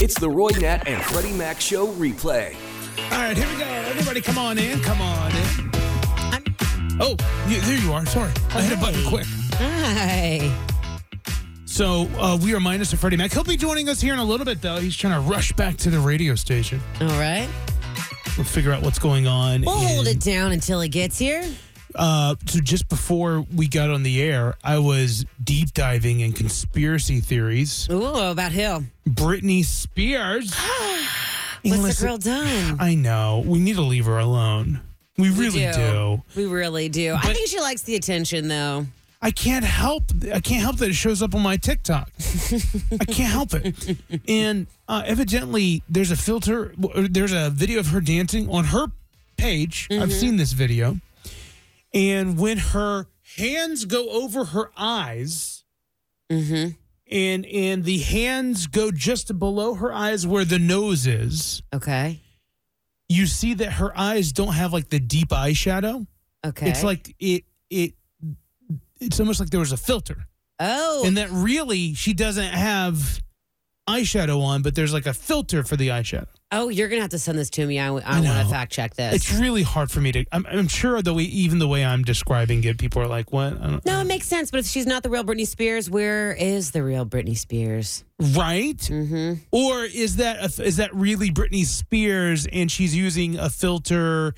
It's the Roy Nat and Freddie Mac Show replay. All right, here we go. Everybody, come on in. Come on in. Oh, you, there you are. Sorry, I hit a button quick. Hi. So uh, we are minus a Freddie Mac. He'll be joining us here in a little bit, though. He's trying to rush back to the radio station. All right. We'll figure out what's going on. We'll hold in- it down until he gets here. Uh, so just before we got on the air, I was deep diving in conspiracy theories. Ooh, about who? Britney Spears. What's Enlisted- the girl done? I know. We need to leave her alone. We really do. We really do. I think she likes the attention, though. I can't help. I can't help that it shows up on my TikTok. I can't help it. And uh, evidently, there's a filter. or There's a video of her dancing on her page. I've seen this video. And when her hands go over her eyes, Mm-hmm. and and the hands go just below her eyes where the nose is, Okay. you see that her eyes don't have like the deep eyeshadow. Okay. It's like it it. It's almost like there was a filter. oh, and that really she doesn't have eyeshadow on, but there's like a filter for the eyeshadow. oh, you're gonna have to send this to me. I, I want know. to fact check It's this. really hard for me to. I'm, I'm sure the way, even the way I'm describing it, people are like, "What?" I don't, no, it makes sense. But if she's not the real Britney Spears, where is the real Britney Spears? right? Mm-hmm. Or is that a, is that really Britney Spears and she's using a filter?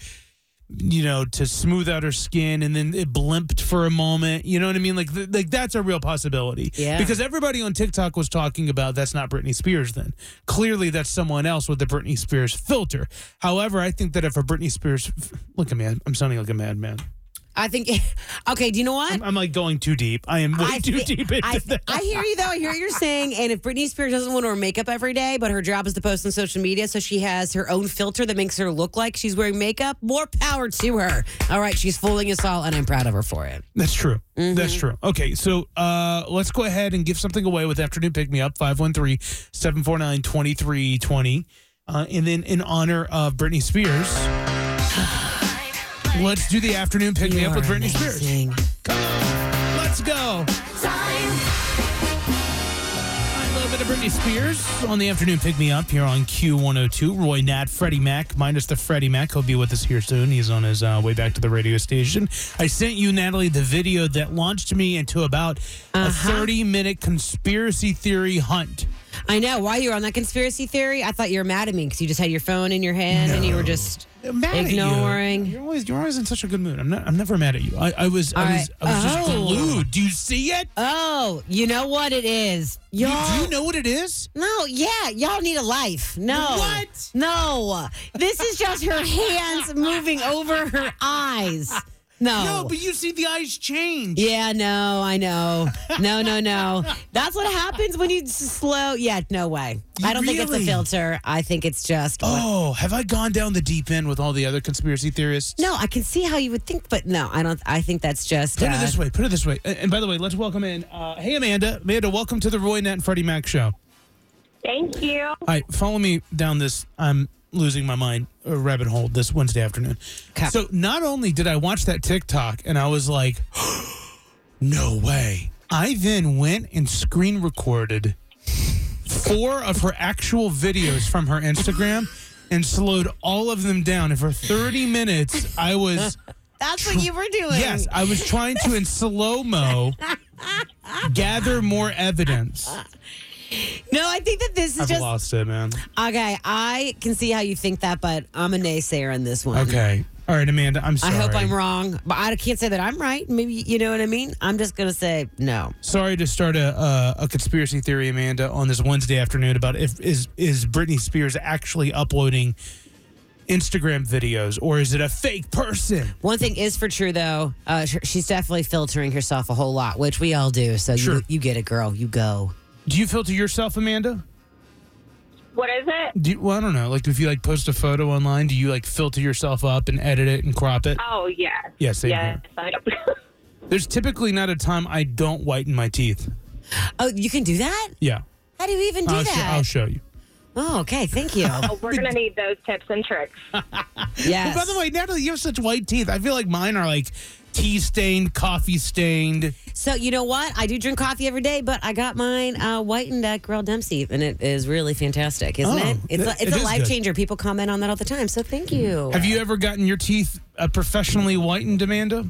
You know, to smooth out her skin, and then it blimped for a moment. You know what I mean? Like, th- like that's a real possibility. Yeah. Because everybody on TikTok was talking about that's not Britney Spears then. Clearly, that's someone else with the Britney Spears filter. However, I think that if a Britney Spears, look at me, I'm- I'm sounding like a madman. I think. Okay. Do you know what? I'm, I'm like going too deep. I am way I too thi- deep into I, that. I hear you though. I hear what you're saying. And if Britney Spears doesn't want to wear makeup every day, but her job is to post on social media, so she has her own filter that makes her look like she's wearing makeup. More power to her. All right, she's fooling us all, and I'm proud of her for it. That's true. That's true. Okay, so uh, let's go ahead and give something away with Afternoon Pick Me Up 513 749 2320. Uh, And then in honor of Britney Spears, let's do the Afternoon Pick Me Up with You're Britney Spears. amazing. Come on, let's go. A little bit of Britney Spears on the afternoon pick me up here on Q102. Roy Nat, Freddie Mac, minus the Freddie Mac. He'll be with us here soon. He's on his uh, way back to the radio station. I sent you, Natalie, the video that launched me into about a Uh-huh. 30 minute conspiracy theory hunt. I know. While you were on that conspiracy theory, I thought you were mad at me because you just had your phone in your hand and you were just I'm mad at you. ignoring. You're always you're always in such a good mood. I'm not I'm never mad at you. I, I was I All was right. I was just Oh. glued. Do you see it? Oh, you know what it is. You- Y'all- do you know what it is? No, yeah, y'all need a life. No. What? No. This is just her hands moving over her eyes. No. No, but you see the eyes change. yeah, no, I know. No, no, no. That's what happens when you s- slow. Yeah, no way. I don't think it's Really? a filter. I think it's just. Oh, have I gone down the deep end with all the other conspiracy theorists? No, I can see how you would think, but no, I don't. I think that's just. Put uh, it this way. Put it this way. And and by the way, let's welcome in. Uh, hey, Amanda. Amanda, welcome to the Roy Nat and Freddie Mac show. Thank you. All right, follow me down this. I'm losing my mind uh, rabbit hole this Wednesday afternoon. Okay. So not only did I watch that TikTok, and I was like, no way. I then went and screen recorded four of her actual videos from her Instagram and slowed all of them down. And for 30 minutes, I was. That's what you were doing. Yes, I was trying to in slow mo gather more evidence. No, I think that this is I've just. lost it, man. Okay, I can see how you think that, but I'm a naysayer on this one. Okay. All right, Amanda. I'm I sorry. hope I'm wrong, but I can't say that I'm right. Maybe you know what I mean. I'm just gonna say no. Sorry to start a uh, a conspiracy theory, Amanda, on this Wednesday afternoon about if is is Britney Spears actually uploading Instagram videos or is it a fake person? One thing is for true though, uh, sh- she's definitely filtering herself a whole lot, which we all do. So Sure. you you get it, girl. You go. Do you filter yourself, Amanda? What is it? Do you, well, I don't know. Like, if you like post a photo online, do you like filter yourself up and edit it and crop it? Oh, yes. Yeah, same yes. I know. There's typically not a time I don't whiten my teeth. Oh, you can do that? Yeah, How do you even do I'll, sho- that? I'll show you. oh, okay. Thank you. Oh, we're going to need those tips and tricks. yes. By the way, Natalie, you have such white teeth. I feel like mine are like tea stained, coffee stained. So you know what? I do drink coffee every day, but I got mine uh, whitened at Grill Dempsey, and it is really fantastic, isn't Oh, it? It's it- a, it's it is a life good. changer. People comment on that all the time. So thank you. Have you ever gotten your teeth uh, professionally whitened, Amanda?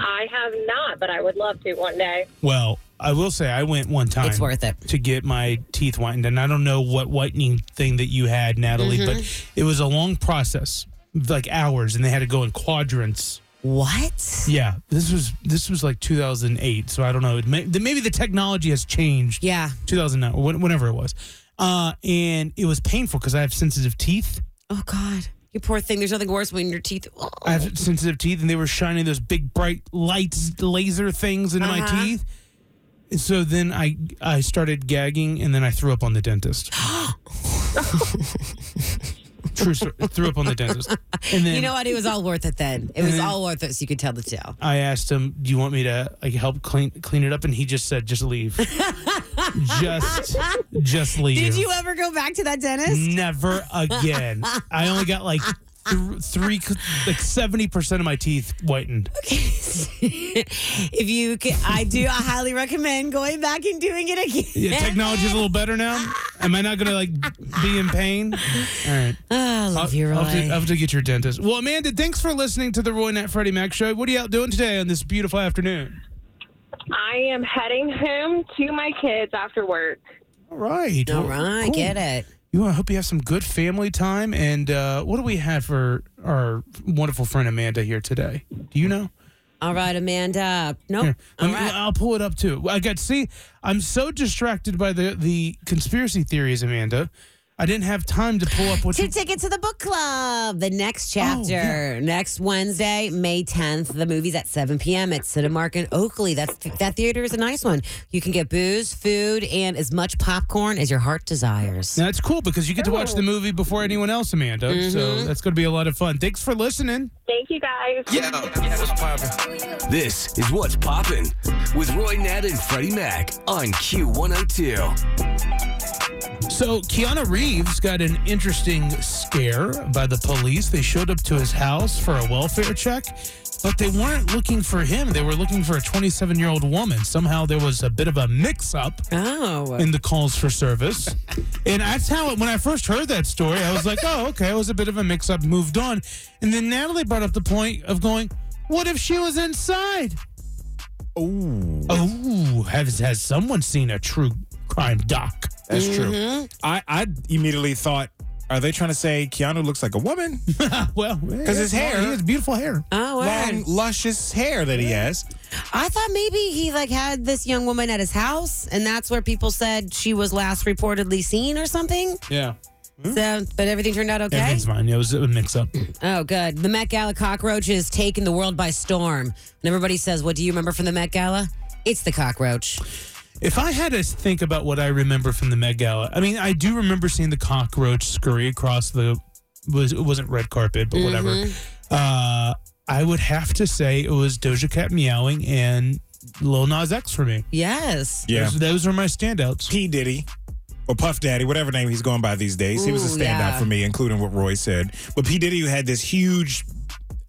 I have not, but I would love to one day. Well, I will say I went one time. It's worth it. to get my teeth whitened, and I don't know what whitening thing that you had, Natalie, but it was a long process, like hours, and they had to go in quadrants. What? Yeah, this was this was like 2008, so I don't know. It may, the- maybe the technology has changed. Yeah. 2009, or when- whenever it was, uh, and it was painful because I have sensitive teeth. Oh God, you poor thing. There's nothing worse when your teeth. Oh. I have sensitive teeth, and they were shining those big bright lights, laser things into my Uh-huh. teeth. And So then I I started gagging, and then I threw up on the dentist. True story. Threw up on the dentist, and Mm-hmm. then you know what? It was all worth it then. It was all worth it. So you could tell the two. I asked him, "Do you want me to like help clean clean it up?" And he just said, "Just leave, just just leave." Did you ever go back to that dentist? Never again. I only got like th- three, like seventy percent of my teeth whitened. if you could, I do. I highly recommend going back and doing it again. Yeah, technology's a little better now. Am I not gonna like be in pain? All right. Ah, I I'll, love you, Roy. I'll have to, I'll have to get your dentist. Well, Amanda, thanks for listening to the Roy Nat Freddie Mac show. What are you out doing today on this beautiful afternoon? I am heading home to my kids after work. All right. all right, get it. You, I hope you have some good family time. And uh, what do we have for our wonderful friend Amanda here today? Do you know? All right, Amanda. Nope. Here, all let me- uh, right. I'll pull it up too. I got see. I'm so distracted by the the conspiracy theories, Amanda. I didn't have time to pull up what Two tickets to the book club. The next Oh, chapter, next Wednesday, May 10th. The movie's at 7 p.m. at Cinemark in Oakley. That's that theater is a nice one. You can get booze, food, and as much popcorn as your heart desires. Now, that's cool because you get to watch the Oh. movie before anyone else, Amanda. Mm-hmm. So that's going to be a lot of fun. Thanks for listening. Thank you guys. This is What's Poppin' with Roy Nat and Freddie Mac on Q102. So Keanu Reeves got an interesting scare by the police. They showed up to his house for a welfare check, but they weren't looking for him. They were looking for a 27 year old woman. Somehow there was a bit of a mix up Oh. in the calls for service. and that's how, when I first heard that story, I was like, oh, okay, it was a bit of a mix up, moved on. And then Natalie brought up the point of going, what if she was inside? Oh. Oh, has, has someone seen a true crime doc? That's true. I, I immediately thought, are they trying to say Keanu looks like a woman? Well, because his hair- he has beautiful hair. Oh, word. Long, luscious hair that he has. I thought maybe he like had this young woman at his house, and that's where people said she was last reportedly seen or something. Yeah, So, but everything turned out okay. everything's fine. It was a mix-up. Oh, good. The Met Gala cockroach is taking the world by storm. And everybody says, What do you remember from the Met Gala? It's the cockroach. If I had to think about what I remember from the Met Gala, I mean, I do remember seeing the cockroach scurry across the was it wasn't red carpet, but whatever. Uh, I would have to say it was Doja Cat meowing and Lil Nas X for me. Yes. Yeah. those, those are my standouts. P. Diddy or Puff Daddy, whatever name he's going by these days. he was a Ooh, standout yeah. for me, including what Roy said. But P. Diddy had this huge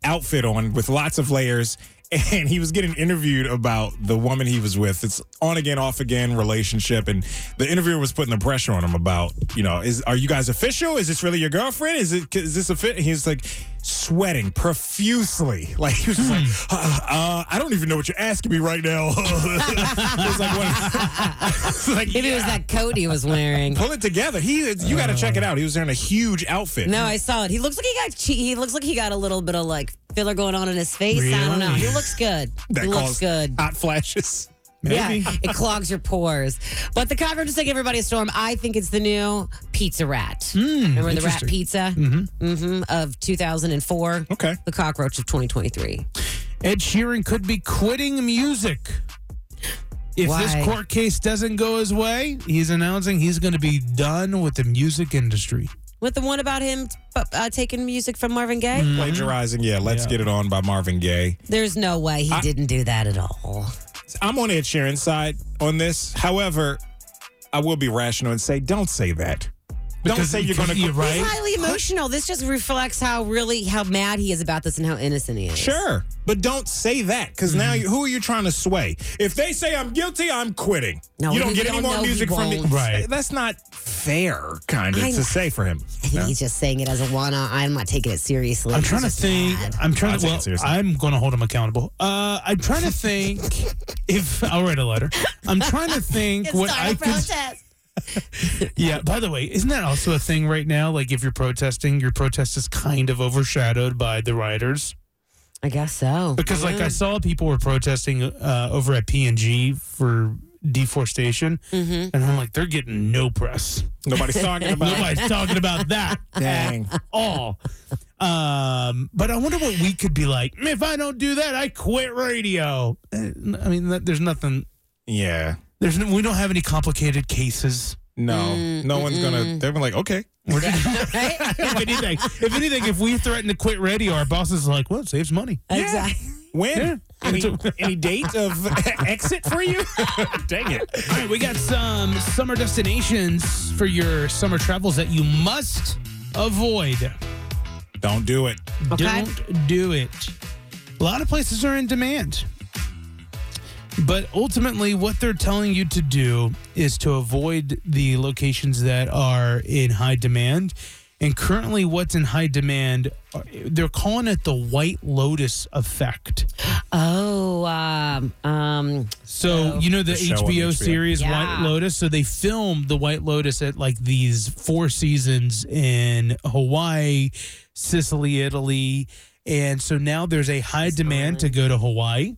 outfit on with lots of layers. And he was getting interviewed about the woman he was with. It's on again, off again relationship, and the interviewer was putting the pressure on him about, you know, is are you guys official? Is this really your girlfriend? Is it is this a fit? And he was like sweating profusely, like he was just like, uh, uh, I don't even know what you're asking me right now. it was like, what? it's like, Maybe it was that coat he was wearing. pull it together. He, you got to check it out. He was wearing a huge outfit. No, I saw it. He looks like he got che- he looks like he got a little bit of like filler going on in his face. I don't know. He Really? looks good. that he looks caused good. Hot flashes. Yeah, it clogs your pores. But the cockroach is taking everybody a storm. I think it's the new pizza rat. Remember the rat Hmm, interesting. pizza mm-hmm. of 2004? Okay. The cockroach of 2023. Ed Sheeran could be quitting music. If Why? this court case doesn't go his way, he's announcing he's going to be done with the music industry. With the one about him uh, taking music from Marvin Gaye? Mm. Plagiarizing, yeah, Let's Mm-hmm. Yeah. Get It On by Marvin Gaye. There's no way he didn't do that at all. I'm on Ed Sheeran's side on this. However, I will be rational and say, don't say that. don't Because- say you're going to because you're He's right. highly emotional. This just reflects how really how mad he is about this and how innocent he is. Sure, but don't say that because now Mm-hmm. you, who are you trying to sway? If they say I'm guilty, I'm quitting. No, you don't we get any don't more know he music from me. won't. Right. That's not fair, kind of I- to say for him. I think he's just saying it as a one. I'm not taking it seriously. I'm trying to It's just think. mad. I'm trying I'll to. take it Well, seriously. I'm going to hold him accountable. Uh, I'm trying to think. if I'll write a letter, I'm trying to think It's what not a I could. protest. Yeah. By the way, isn't that also a thing right now? Like, if you're protesting, your protest is kind of overshadowed by the rioters. I guess so. Because, like, I saw people were protesting uh, over at P and G for deforestation, and I'm like, they're getting no press. Nobody's talking about it. Nobody's talking about that Dang. at all. Um, but I wonder what we could be like. "Man, If I don't do that, I quit radio. Uh, I mean, that- there's nothing. Yeah. There's no, we don't have any complicated cases. No, no one's gonna. They're gonna like, okay, We're just- if anything, if anything, if we threaten to quit radio, our boss is like, "Well, it saves money." Exactly. when any, any date of exit for you? Dang it! All right, we got some summer destinations for your summer travels that you must avoid. Don't do it. Okay. Don't do it. A lot of places are in demand. But ultimately, what they're telling you to do is to avoid the locations that are in high demand. And currently, what's in high demand, are- they're calling it the White Lotus effect. Oh, um, um, So, you know, the, The show on HBO, HBO. series Yeah. White Lotus. So, they filmed the White Lotus at like these four seasons in Hawaii, Sicily, Italy. And so now there's a high demand to go to Hawaii.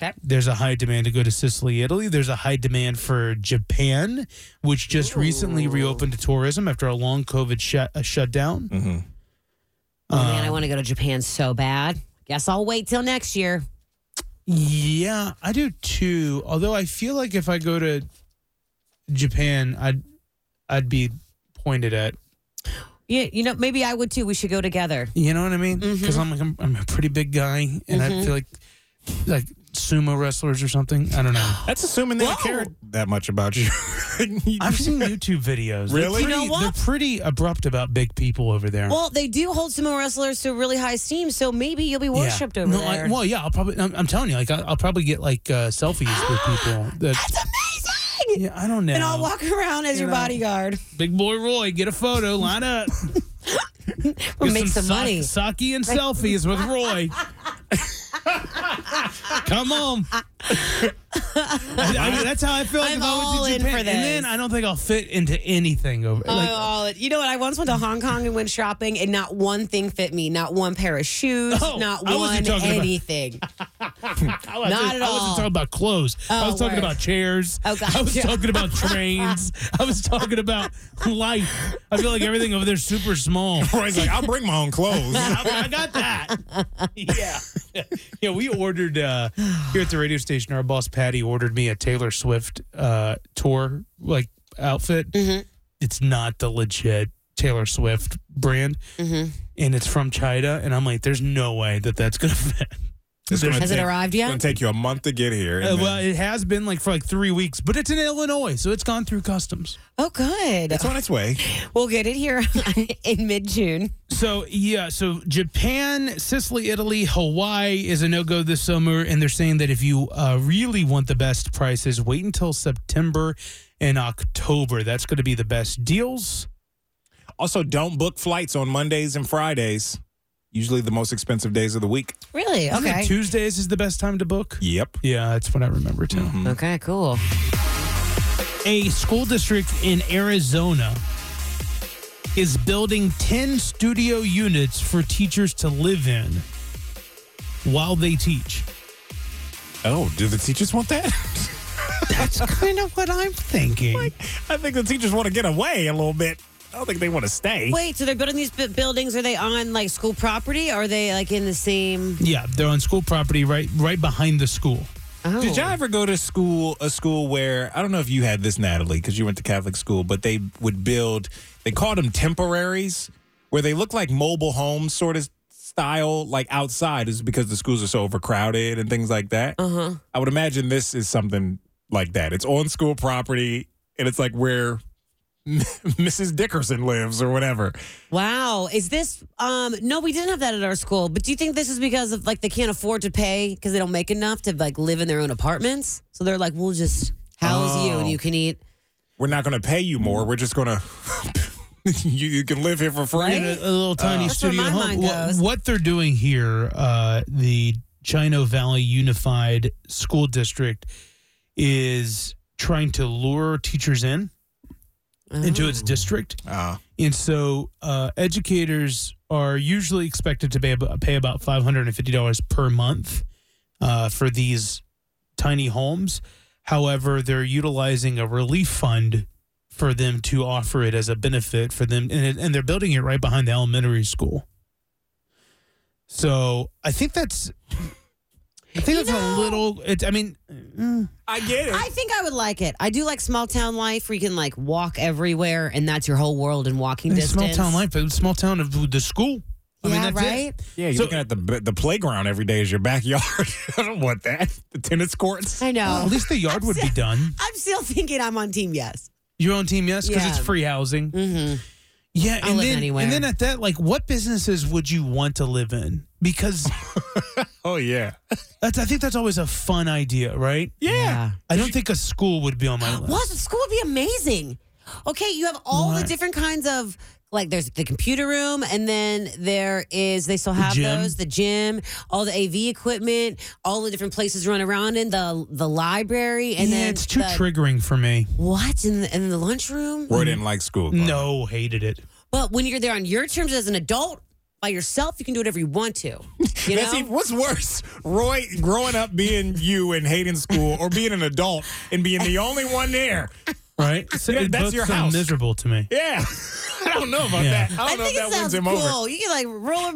Okay. There's a high demand to go to Sicily, Italy. There's a high demand for Japan, which just recently reopened to tourism after a long COVID shut, uh, shutdown. Mm-hmm. oh man, Um. I want to go to Japan so bad. Guess I'll wait till next year. Yeah, I do too. Although I feel like if I go to Japan, I'd I'd be pointed at. Yeah, you know, maybe I would too. We should go together. You know what I mean? Because I'm like I'm, I'm a pretty big guy, and I feel like like sumo wrestlers or something. I don't know. That's assuming they don't care that much about you. I've seen YouTube videos. Really? They're You pretty, know what? they're pretty abrupt about big people over there. Well, they do hold sumo wrestlers to really high esteem, so maybe you'll be Yeah. worshipped over no, I- there. well, yeah, I'll probably. I'm, I'm telling you, like I, I'll probably get like uh, selfies with people. That, That's amazing. yeah, I don't know. And I'll walk around as your know. bodyguard. Big boy Roy, get a photo. Line up. We'll Get make some sa- money. Sake and selfies with Roy. Come on. I mean, that's how I feel. like I'm if I went to all in Japan. for And then this. I don't think I'll fit into anything over. Oh, Like, all- you know what? I once went to Hong Kong and went shopping, and not one thing fit me. Not one pair of shoes. Oh, not I one wasn't talking about- anything. I wasn't- not at I wasn't all. talking about clothes. I Oh, was talking word. about chairs. Oh, I was gotcha. talking about trains. I was talking about life. I feel like everything over there's super small. Roy's like, I'll bring my own clothes. I, I got that. Yeah. Yeah, we ordered uh here at the radio station, our boss Patty ordered me a Taylor Swift uh tour like outfit. It's not the legit Taylor Swift brand. And it's from China and I'm like there's no way that that's going to fit. It's gonna Has it take- arrived It's gonna yet? take you a month to get here. and Uh, then- well, it has been like for like 3 weeks, but it's in Illinois, so it's gone through customs. Oh, good. it's on its way. We'll get it here in mid June. So yeah, so Japan, Sicily, Italy, Hawaii is a no go this summer, and they're saying that if you uh, really want the best prices, wait until September and October. That's going to be the best deals. Also, don't book flights on Mondays and Fridays. Usually the most expensive days of the week. Really? Isn't it Okay. Tuesdays is the best time to book. Yep. Yeah, that's what I remember too. Okay, cool. A school district in Arizona is building 10 studio units for teachers to live in while they teach. Oh, do the teachers want that? That's kind of what I'm thinking. I think the teachers want to get away a little bit. I don't think they want to stay. Wait, so they're building these bu- buildings. Are they on like school property? Or are they like in the same? Yeah, they're on school property right right behind the school. Oh. Did y'all ever go to school, a school where, I don't know if you had this, Natalie, because you went to Catholic school, but they would build, they called them temporaries, where they look like mobile homes sort of style, like outside, is because the schools are so overcrowded and things like that. Uh-huh. I would imagine this is something like that. It's on school property, and it's like where Mrs. Dickerson lives or whatever. Wow. Is this um no, we didn't have that at our school. But do you think this is because of like they can't afford to pay because they don't make enough to like live in their own apartments? So they're like, We'll just house you Oh. and you can eat. We're not going to pay you more. We're just going to. You, you can live here for free. in a, a little tiny That's where studio my home. mind Wha- goes. What, they're doing here, uh, the Chino Valley Unified School District is trying to lure teachers in into Oh. its district, Ah. and so uh, educators are usually expected to pay, ab- pay about five hundred and fifty dollars per month uh, for these tiny homes. However, they're utilizing a relief fund for them to offer it as a benefit for them, and, it, and they're building it right behind the elementary school. So I think that's, I think You that's know- a little. It, I mean, mm, I get it. I think I would like it. I do like small town life where you can like walk everywhere and that's your whole world in walking it's small distance. town life, but it's small town of the school. I mean, yeah, that's it. right? Yeah, you're So- looking at the the playground every day as your backyard. I don't want that. The tennis courts. I know. At least the yard would be done. I'm still thinking I'm on team yes. Your own team, yes, because it's Yeah. free housing. Mm-hmm. Yeah, I'll and live then anywhere. and then at that, like, what businesses would you want to live in? Because Oh yeah. that's, I think that's always a fun idea, right? Yeah. I don't think a school would be on my list. What? School would be amazing. Okay, you have all the What? different kinds of like there's the computer room and then there is they still have gym. those the gym all the av equipment all the different places to run around in the the library and yeah, then it's too the- triggering for me. what in the, in the lunchroom Roy didn't like school. No, hated it. but when you're there on your terms as an adult by yourself you can do whatever you want to you know That's even- what's worse, Roy growing up being you and hating school, or being an adult and being the only one there. Right? So Yeah, it that's both your sound house. miserable to me. Yeah. I don't know about Yeah. that. I don't know if think that it wins sounds him cool. over. You can like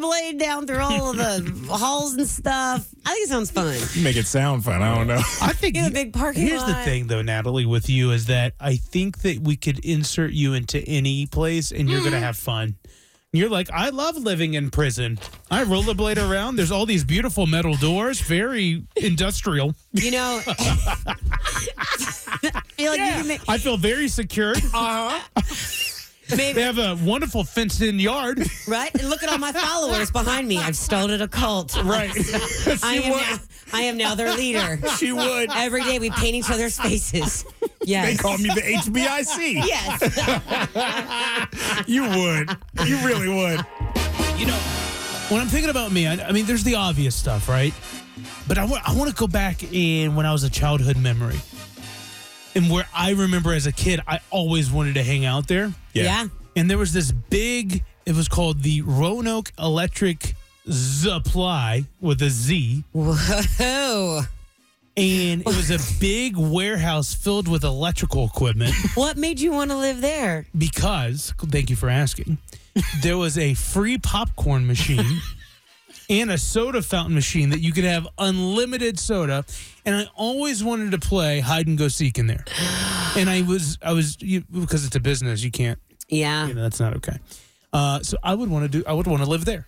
rollerblade down through all of the halls and stuff. I think it sounds fun. You make it sound fun. I don't know. I think You have a big parking Here's the lot. thing, though, Natalie, with you is that I think that we could insert you into any place, and you're Mm. gonna have fun. You're like, I love living in prison. I rollerblade around. There's all these beautiful metal doors, very industrial. You know, I feel like you can make, I feel very secured. Uh huh. They have a wonderful fenced-in yard. right? And look at all my followers behind me. I've started a cult. Right. I she am, now, would. I am now their leader. She would. Every day we paint each other's faces. They Yes. call me the HBIC. Yes. You would. You really would. You know, when I'm thinking about me, I, I mean, there's the obvious stuff, right? But I want to go back in when I was a childhood memory. And where I remember as a kid, I always wanted to hang out there. Yeah. And there was this big, it was called the Roanoke Electric Supply with a Z. Whoa. And it was a big warehouse filled with electrical equipment What made you want to live there? because, thank you for asking, there was a free popcorn machine and a soda fountain machine that you could have unlimited soda. And I always wanted to play hide and go seek in there. And I was, I was, you, because it's a business, you can't, Yeah. you know, that's not okay. Uh, so I would want to do, I would want to live there.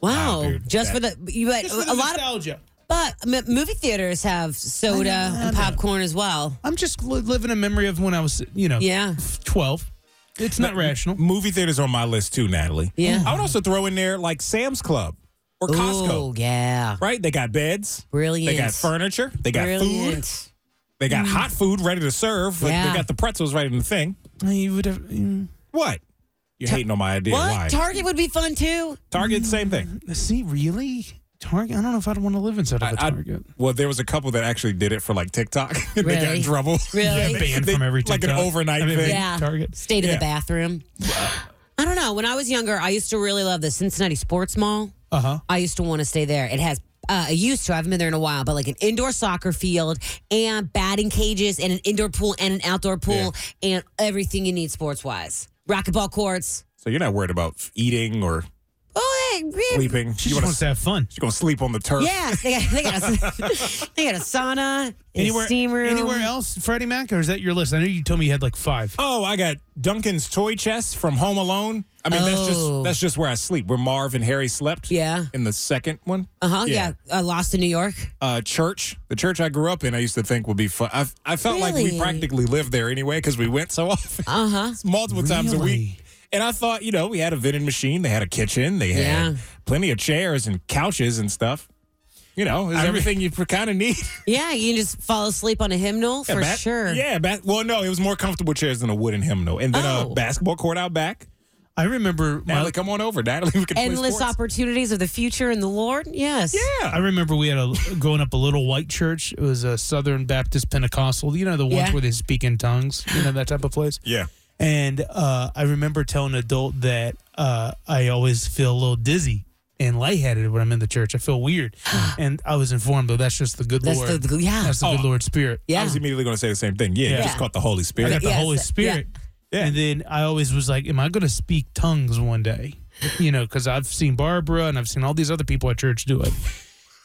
Wow. Wow, dude. just for the, you, but Just for the a lot of, nostalgia. but m- movie theaters have soda and popcorn as well. I'm just li- living a memory of when I was, you know, Yeah. 12. It's not rational. Movie theaters on my list too, Natalie. Yeah. I would also throw in there like Sam's Club or Costco. Oh, yeah. Right? They got beds. Brilliant. They got furniture. They got Brilliant. Mm-hmm. food. They got hot food ready to serve. Like, Yeah. They got the pretzels right in the thing. You would have, mm. What? You're hating on my idea. What? Mm-hmm. Why? Target would be fun too. Target, same thing. see, really? Target? I don't know if I'd want to live inside of a I- Target. Well, there was a couple that actually did it for like TikTok. and They got Really? in trouble. Really? they- Banned they- from every Like an TikTok. overnight I mean, thing. Yeah. Target. Stayed in Yeah. the bathroom. I don't know. When I was younger, I used to really love the Cincinnati Sports Mall. Uh huh. I used to want to stay there. It has. Uh, I used to. I haven't been there in a while, but like an indoor soccer field and batting cages and an indoor pool and an outdoor pool and everything you need sports wise. Racquetball courts. So you're not worried about eating or Oh, sleeping. She just you wanna wants to have fun. She's gonna sleep on the turf. Yeah, they got, they got, a, they got a sauna, anywhere, Anywhere, a steam room. anywhere else, Freddie Mac, or is that your list? I know you told me you had like five. Oh, I got Duncan's toy chest from Home Alone. I mean, that's Oh. just that's just where I sleep. Where Marv and Harry slept. Yeah. In the second one. Uh huh. Yeah. Uh, Lost in New York. Uh, church, the church I grew up in, I used to think would be fun. I, I felt like Really? we practically lived there anyway because we went so often, Uh huh. multiple times a Really? week. And I thought, you know, we had a vending machine, they had a kitchen, they had Yeah. plenty of chairs and couches and stuff. You know, is I re- everything you kind of need. Yeah, you can just fall asleep on a hymnal Yeah, for bat- sure. Yeah, bat- well, no, it was more comfortable chairs than a wooden hymnal, and then Oh. a basketball court out back. I remember my, Natalie, come on over, Natalie. We can play Endless sports. opportunities of the future in the Lord. Yes. I remember we had a growing up a little white church. It was a Southern Baptist Pentecostal. You know the ones Yeah. where they speak in tongues. You know that type of place. Yeah. And uh, I remember telling an adult that uh, I always feel a little dizzy and lightheaded when I'm in the church. I feel weird. and I was informed though that's just the good That's Lord. the- yeah. That's the Oh. good Lord spirit. I Yeah. was immediately going to say the same thing. Yeah, Yeah. you just caught the I Holy got Spirit. the Yes, Holy yeah. Spirit. Yeah. And then I always was like, am I going to speak tongues one day? You know, because I've seen Barbara and I've seen all these other people at church do it.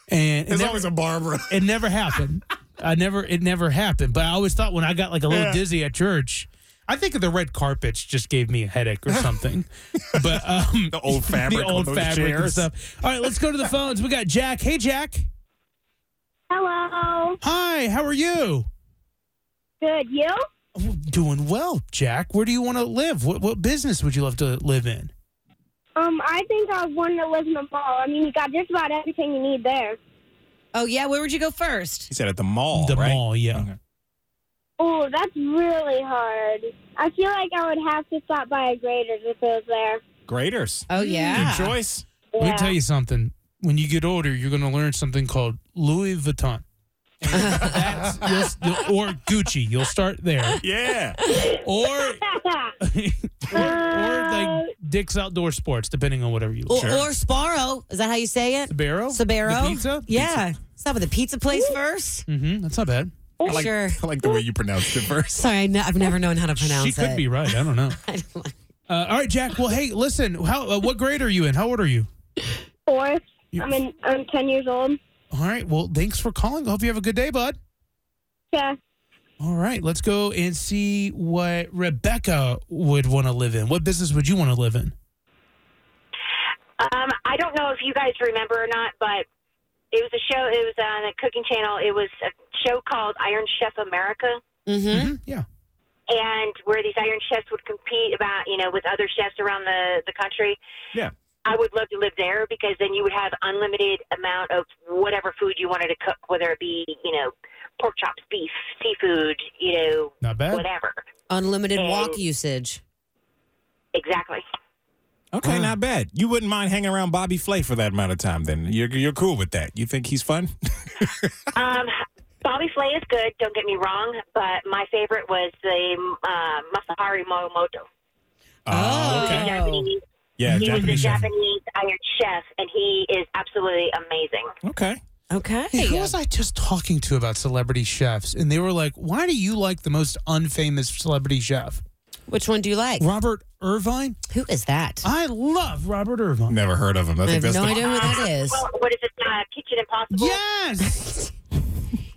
And, and There's that- always a Barbara. it never happened. I never, it never happened. But I always thought when I got like a little dizzy at church, I think the red carpets just gave me a headache or something. but um, The old fabric the on old those fabric and chairs. stuff. All right, let's go to the phones. We got Jack. Hey, Jack. Hello. Hi. How are you? Good. You? Oh, Doing well, Jack. Where do you want to live? What what business would you love to live in? Um, I think I won the Lisbon Ball. I mean, you got just about everything you need there. Oh yeah. Where would you go first? He said at the mall. the right? mall. Yeah. Okay. Oh, that's really hard. I feel like I would have to stop by a Grader's if it was there. Graders. Oh Mm, yeah. Good choice. Let Yeah. me tell you something. When you get older, you're going to learn something called Louis Vuitton. That's, you'll, you'll- or Gucci. You'll start there. Yeah. Or or, or like Dick's Outdoor Sports, depending on whatever you Or, like. Sure. or Sparrow. Is that how you say it? Sabaro? Sabaro. The pizza? Yeah. Stop at the pizza place first. Mm-hmm. That's not bad. I like, Sure. I like the way you pronounced it first. Sorry, I kn- I've never known how to pronounce she could it. be right. I don't know. Uh, all right, Jack. Well, hey, listen. How? Uh, what grade are you in? How old are you? Fourth. You- I'm, in, I'm 10 years old. All right. Well, thanks for calling. Hope you have a good day, bud. Yeah. All right. Let's go and see what Rebecca would want to live in. What business would you want to live in? Um, I don't know if you guys remember or not, but it was a show. It was on a cooking channel. It was a show called Iron Chef America, Hmm? Mm-hmm. Mm-hmm. Yeah. and where these iron chefs would compete about you know with other chefs around the the country. Yeah. I would love to live there because then you would have unlimited amount of whatever food you wanted to cook, whether it be you know pork chops, beef, seafood, you know Not bad. whatever. Unlimited And- walk usage. Exactly. Okay, Wow. not bad. You wouldn't mind hanging around Bobby Flay for that amount of time then. You're you're cool with that. You think he's fun? Oh. Um, Bobby Flay is good. Don't get me wrong, but my favorite was the uh, Masahari Momoto. Ah, Oh. okay. Japanese. Yeah, he was a Japanese chef. Japanese iron chef, and he is absolutely amazing. Okay. Okay. Hey, who was I just talking to about celebrity chefs? And they were like, "Why do you like the most unfamous celebrity chef, Which one do you like? Robert Irvine?" Who is that? I love Robert Irvine. Never heard of him. I I think have that's no the idea who that is. Well, what is it? Uh, Kitchen Impossible. Yes.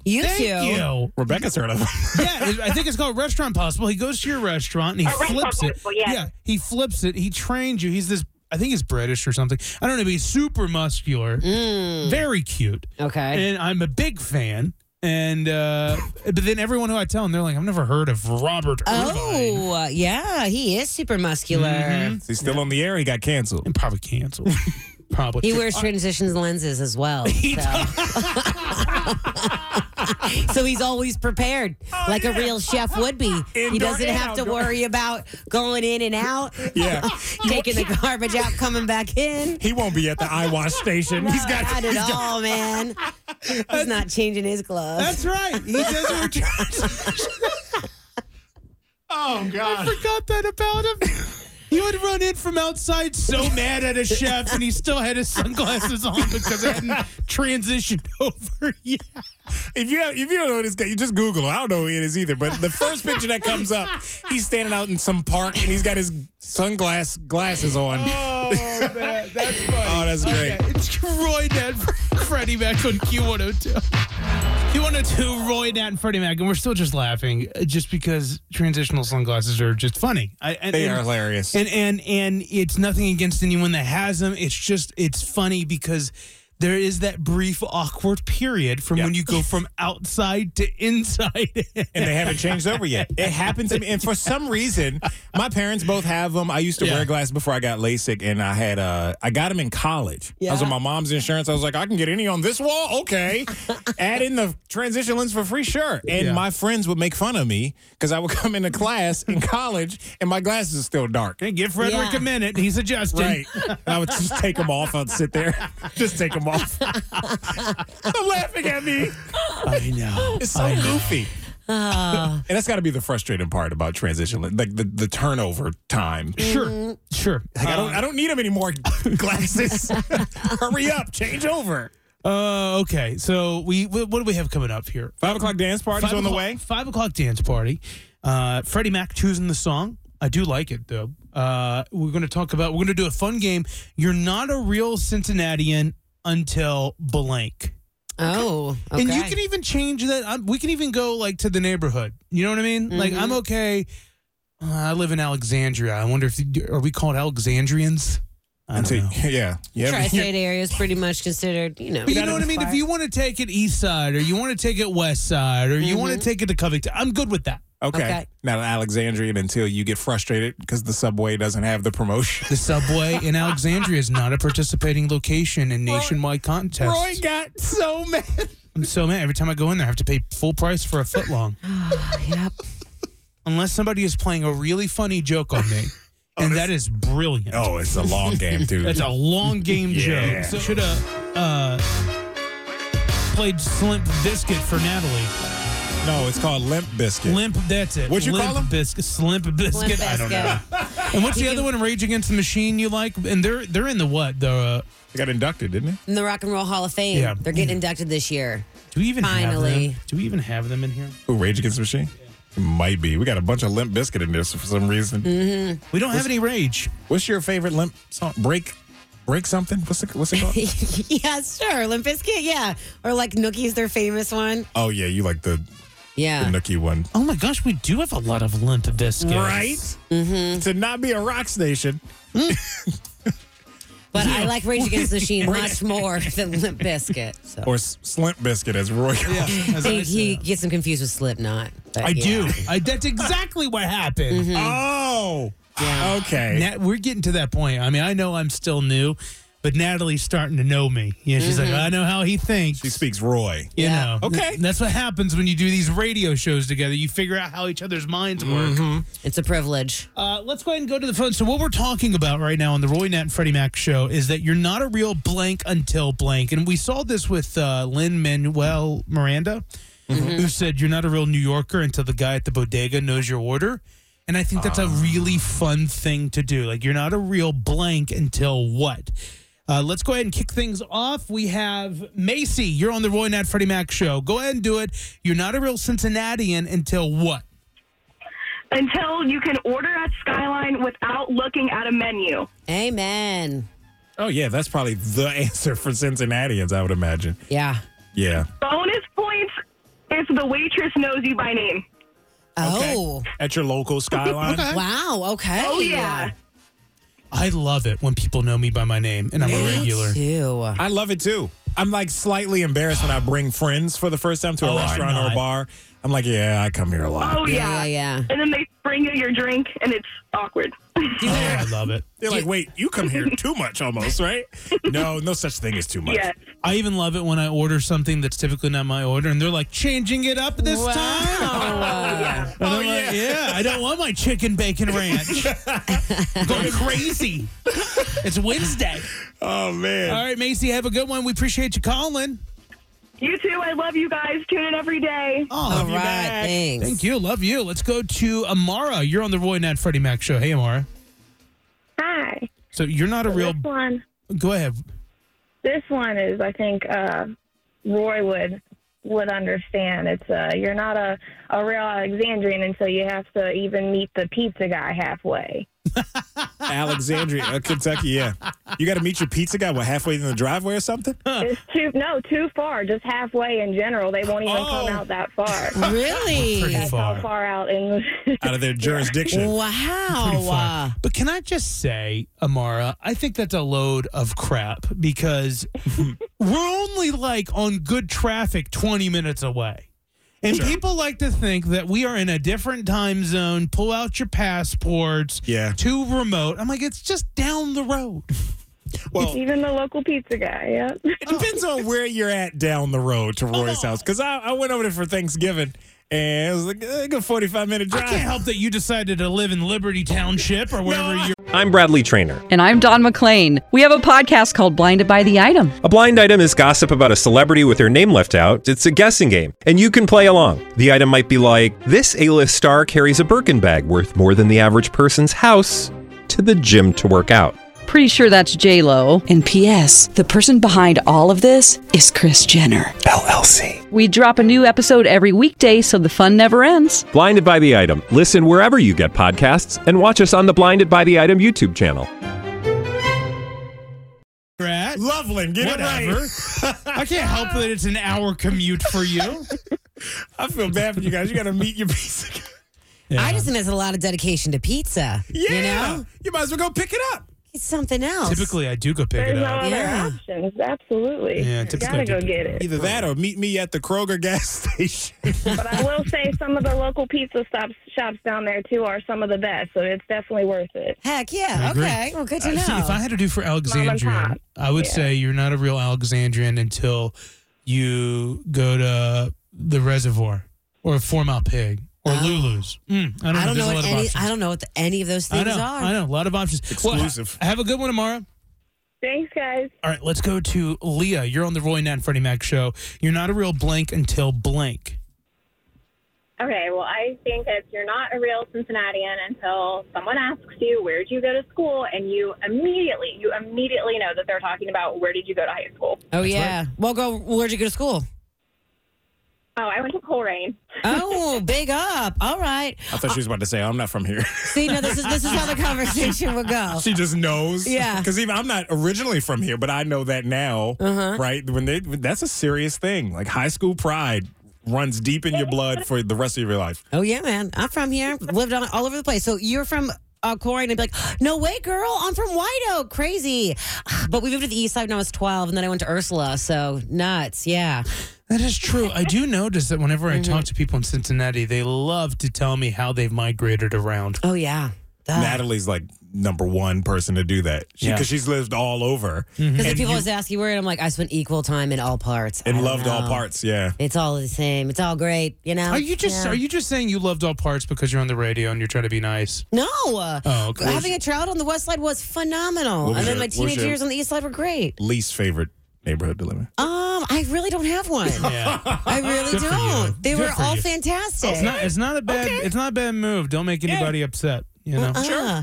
You Thank two. you. Rebecca's heard of him. Yeah, it- I think it's called Restaurant Possible. He goes to your restaurant and he Oh, Restaurant flips it. Possible, yes. Yeah, he flips it. He trains you. He's this. I think he's British or something. I don't know. But he's super muscular, Mm. very cute, Okay. and I'm a big fan. And uh but then everyone who I tell them, they're like, I've never heard of Robert Irvine. Oh, yeah. He is super muscular. Mhm. He's still on the air. He got canceled. and probably canceled. probably. He wears transitions lenses as well. So. So he's always prepared, like a real chef would be. he Indoor doesn't and have to outdoor. worry about going in and out, Yeah. taking the garbage out, coming back in. He won't be at the iWash station. he's got Not at all, man. He's not changing his gloves. That's right. He doesn't Oh god. forgot that about him. He would run in from outside so mad at a chef, and he still had his sunglasses on because it hadn't transitioned over yet. If you if you don't know this guy, you just Google. him. I don't know who he is either. But the first picture that comes up, he's standing out in some park and he's got his sunglass glasses on. man, that's funny. Oh, that's great. Okay, It's Roy Nat Freddie Mac on Q102. Q102, Roy Nat and Freddie Mac, and we're still just laughing uh, just because transitional sunglasses are just funny. I, and, They and- are hilarious. And and and it's nothing against anyone that has them. It's just it's funny because there is that brief awkward period from Yeah. when you go from outside to inside. and they haven't changed over yet. It happened to me, and for some reason, my parents both have them. I used to Yeah. wear glasses before I got LASIK, and I had uh, I got them in college. I was on my mom's insurance. I was like, I can get any on this wall, okay. Add in the transition lens for free, sure. And Yeah. my friends would make fun of me because I would come into class in college, and my glasses are still dark. Hey, give Frederick Yeah. a minute. He's adjusting. Right. And I would just take them off. I'd sit there, just take them off. They're laughing at me. I know. It's so goofy. and that's got to be the frustrating part about transition, like the, the turnover time. Sure. Sure. Like I don't I don't need them anymore. Glasses, hurry up, change over. Uh, okay. So we wh- what do we have coming up here? Five o'clock dance party's Five on the o'clock- way. Five o'clock dance party. Uh, Freddie Mac choosing the song. I do like it though. Uh, we're going to talk about. We're going to do a fun game. You're not a real Cincinnatian until blank. Oh, okay. And you can even change that. i we can even go like to the neighborhood. You know what I mean? Like I'm okay. Uh, I live in Alexandria. I wonder if are we called Alexandrians? I don't know. yeah, yeah. Tri-state area is pretty much considered, you know. But you know what I mean? If you want to take it east side or you want to take it west side or you Mm-hmm. want to take it to Covington, I'm good with that. Okay. Okay. Not an Alexandrian until you get frustrated because the subway doesn't have the promotion. The subway in Alexandria is not a participating location in nationwide contests. Roy got so mad. I'm so mad. Every time I go in there, I have to pay full price for a foot long. Yep. Unless somebody is playing a really funny joke on me. and that is brilliant. Oh, it's a long game, dude. That's a long game Yeah. joke. So should have uh, played Slimp Biscuit for Natalie. no, it's called limp biscuit. Limp, that's it. What'd you Limp call 'em? Biscuit. Slimp Biscuit. Limp I don't know. Bizkit. And what's the other one? Rage Against the Machine. You like? And they're they're in the what? The uh, It got inducted, didn't it? In the Rock and Roll Hall of Fame. Yeah. They're getting inducted this year. do we even Finally. Have them? Do we even have them in here? Who Rage Against the Machine? Might be. We got a bunch of Limp Biscuit in this for some reason. We don't have any Rage. What's your favorite Limp song? Break, break something. What's it? What's it called? yeah, sure. Limp Bizkit, yeah. Or like Nookie's their famous one. oh yeah, you like the, the Yeah. Nookie one. Oh my gosh, we do have a lot of Limp Bizkit. To not be a rock station. But I like Rage Against the Machine much more than Limp Bizkit. So. Or S- Slimp Biscuit as Roy. Yeah. As he, I, he said. gets them confused with Slipknot. but I yeah. do. I, that's exactly what happened. Mm-hmm. Oh. Okay. Nat, we're getting to that point. I mean, I know I'm still new, but Natalie's starting to know me. Yeah, she's like, I know how he thinks. she speaks Roy. you Mm-hmm. Yeah. know, Okay. And that's what happens when you do these radio shows together. You figure out how each other's minds work. It's a privilege. Uh, let's go ahead and go to the phone. So, what we're talking about right now on the Roy Nat and Freddie Mac show is that you're not a real blank until blank. And we saw this with uh, Lynn Manuel Miranda, who said, You're not a real New Yorker until the guy at the bodega knows your order. And I think that's a really fun thing to do. Like, you're not a real blank until what? Uh, let's go ahead and kick things off. We have Macy. You're on the Roy Nat and Freddie Mac show. Go ahead and do it. You're not a real Cincinnatian until what? until you can order at Skyline without looking at a menu. Amen. Oh yeah, that's probably the answer for Cincinnatians, I would imagine. Yeah. Yeah. Bonus points if the waitress knows you by name. Oh. At your local skyline. Wow. Okay. Oh, yeah. I love it when people know me by my name and I'm a regular. Ew. I love it too. I'm like slightly embarrassed when I bring friends for the first time to a Oh, I'm restaurant or a not. bar. I'm like, yeah, I come here a lot. Oh, Yeah, yeah. yeah. And then they bring you your drink, and it's awkward. Oh, I love it. They're like, wait, you come here too much almost, right? no, no such thing as too much. yes. I even love it when I order something that's typically not my order and they're like changing it up this Wow. time. Uh, And I'm like, yeah, I don't want my chicken bacon ranch. I'm going crazy. It's Wednesday. Oh man. All right, Macy, have a good one. We appreciate you calling. You too. I love you guys. Tune in every day. Oh, All right. Thanks. Thank you. Love you. Let's go to Amara. You're on the Roy Nat Freddie Mac show. Hey, Amara. Hi. So you're not a real. This one, Go ahead. this one is, I think, uh, Roy would would understand. It's uh, you're not a, a real Alexandrian until you have to even meet the pizza guy halfway. Alexandria, uh, Kentucky. Yeah, you got to meet your pizza guy. What halfway in the driveway or something? It's too no too far, just halfway in general. They won't even Oh. come out that far. Oh. Really? Pretty That's how far. far out in. Out of their jurisdiction. Oh, Pretty far. Wow. But can I just say, Amara, I think that's a load of crap because we're only like on good traffic 20 minutes away. And people like to think that we are in a different time zone. Pull out your passports. Yeah. Too remote. I'm like, it's just down the road. Well, even the local pizza guy. Yeah. It depends on where you're at down the road to Roy's house. Because I, I went over there for Thanksgiving and it was like eh, a good 45 minute I drive. can't help that you decided to live in Liberty Township or wherever you're. I'm Bradley Trainer. And I'm Don McClain. We have a podcast called Blinded by the Item. A blind item is gossip about a celebrity with their name left out. It's a guessing game, and you can play along. The item might be like this: A-list star carries a Birkin bag worth more than the average person's house to the gym to work out. Pretty sure that's J Lo. And P.S. The person behind all of this is Chris Jenner LLC. We drop a new episode every weekday, so the fun never ends. Blinded by the item. Listen wherever you get podcasts, and watch us on the Blinded by the Item YouTube channel. at. Loveland, get it Whatever. right. I can't help that it's an hour commute for you. I feel bad for you guys. You got to meet your pizza guy. I just think that's a lot of dedication to pizza. Yeah. You know? You might as well go pick it up. It's something else. Typically, I do go pick There's it no up. other Yeah. options. Absolutely. Yeah, You typically I gotta go do. get it. Either that or meet me at the Kroger gas station. But I will say some of the local pizza stops shops down there too are some of the best, so it's definitely worth it. Heck yeah. Okay. Well, good to Uh, know. see, if I had to do for Mom Alexandrian, and I would Yeah. say you're not a real Alexandrian until you go to the reservoir or Four Mile Pig or Lulu's. Mm, I don't know. Oh. I don't There's know a lot what of any. options. I don't know what the- any of those I things know. are. I know. A lot of options. Well, Exclusive. ha- have a good one, Amara. Thanks, guys. All right, let's go to Leah. You're on the Roy Nat and Freddie Mac show. You're not a real blank until blank. Okay, well, I think if you're not a real Cincinnatian until someone asks you where did you go to school, and you immediately, you immediately know that they're talking about where did you go to high school. Oh yeah. Well, go. Where'd you go to school? Oh, I went to Coleraine. Oh, big up. All right. I thought she was about to say, I'm not from here. See, now this is this is how the conversation would go. she just knows. Yeah. Because even I'm not originally from here, but I know that now. Uh-huh. Right? When they that's a serious thing. Like high school pride runs deep in your blood for the rest of your life. Oh yeah, man. I'm from here. Lived on all over the place. So you're from uh, Corey, and I'd be like, "No way, girl. I'm from White Oak. Crazy." But we moved to the East Side when I was 12, and then I went to Ursula. So nuts. Yeah. That is true. I do notice that whenever I Mm-hmm. talk to people in Cincinnati, they love to tell me how they've migrated around. Oh yeah. Duh. Natalie's like number one person to do that because Yeah. she's lived all over Because if and, people you- always ask you where, and I'm like, I spent equal time in all parts. I and don't loved all know. parts. Yeah. It's all the same. It's all great. You know. Are you just Yeah. are you just saying you loved all parts because you're on the radio and you're trying to be nice? No. uh, Oh, okay. Having a child on the West Side was phenomenal. What was and then your- my what was teenage your- years on the East Side were great. Least favorite neighborhood to live in. Um, I really don't have one. Yeah. I really Good for you. don't. They Good were for all you. Oh, fantastic. It's not it's not a bad it's not a bad move. Don't make anybody upset. You know. Uh,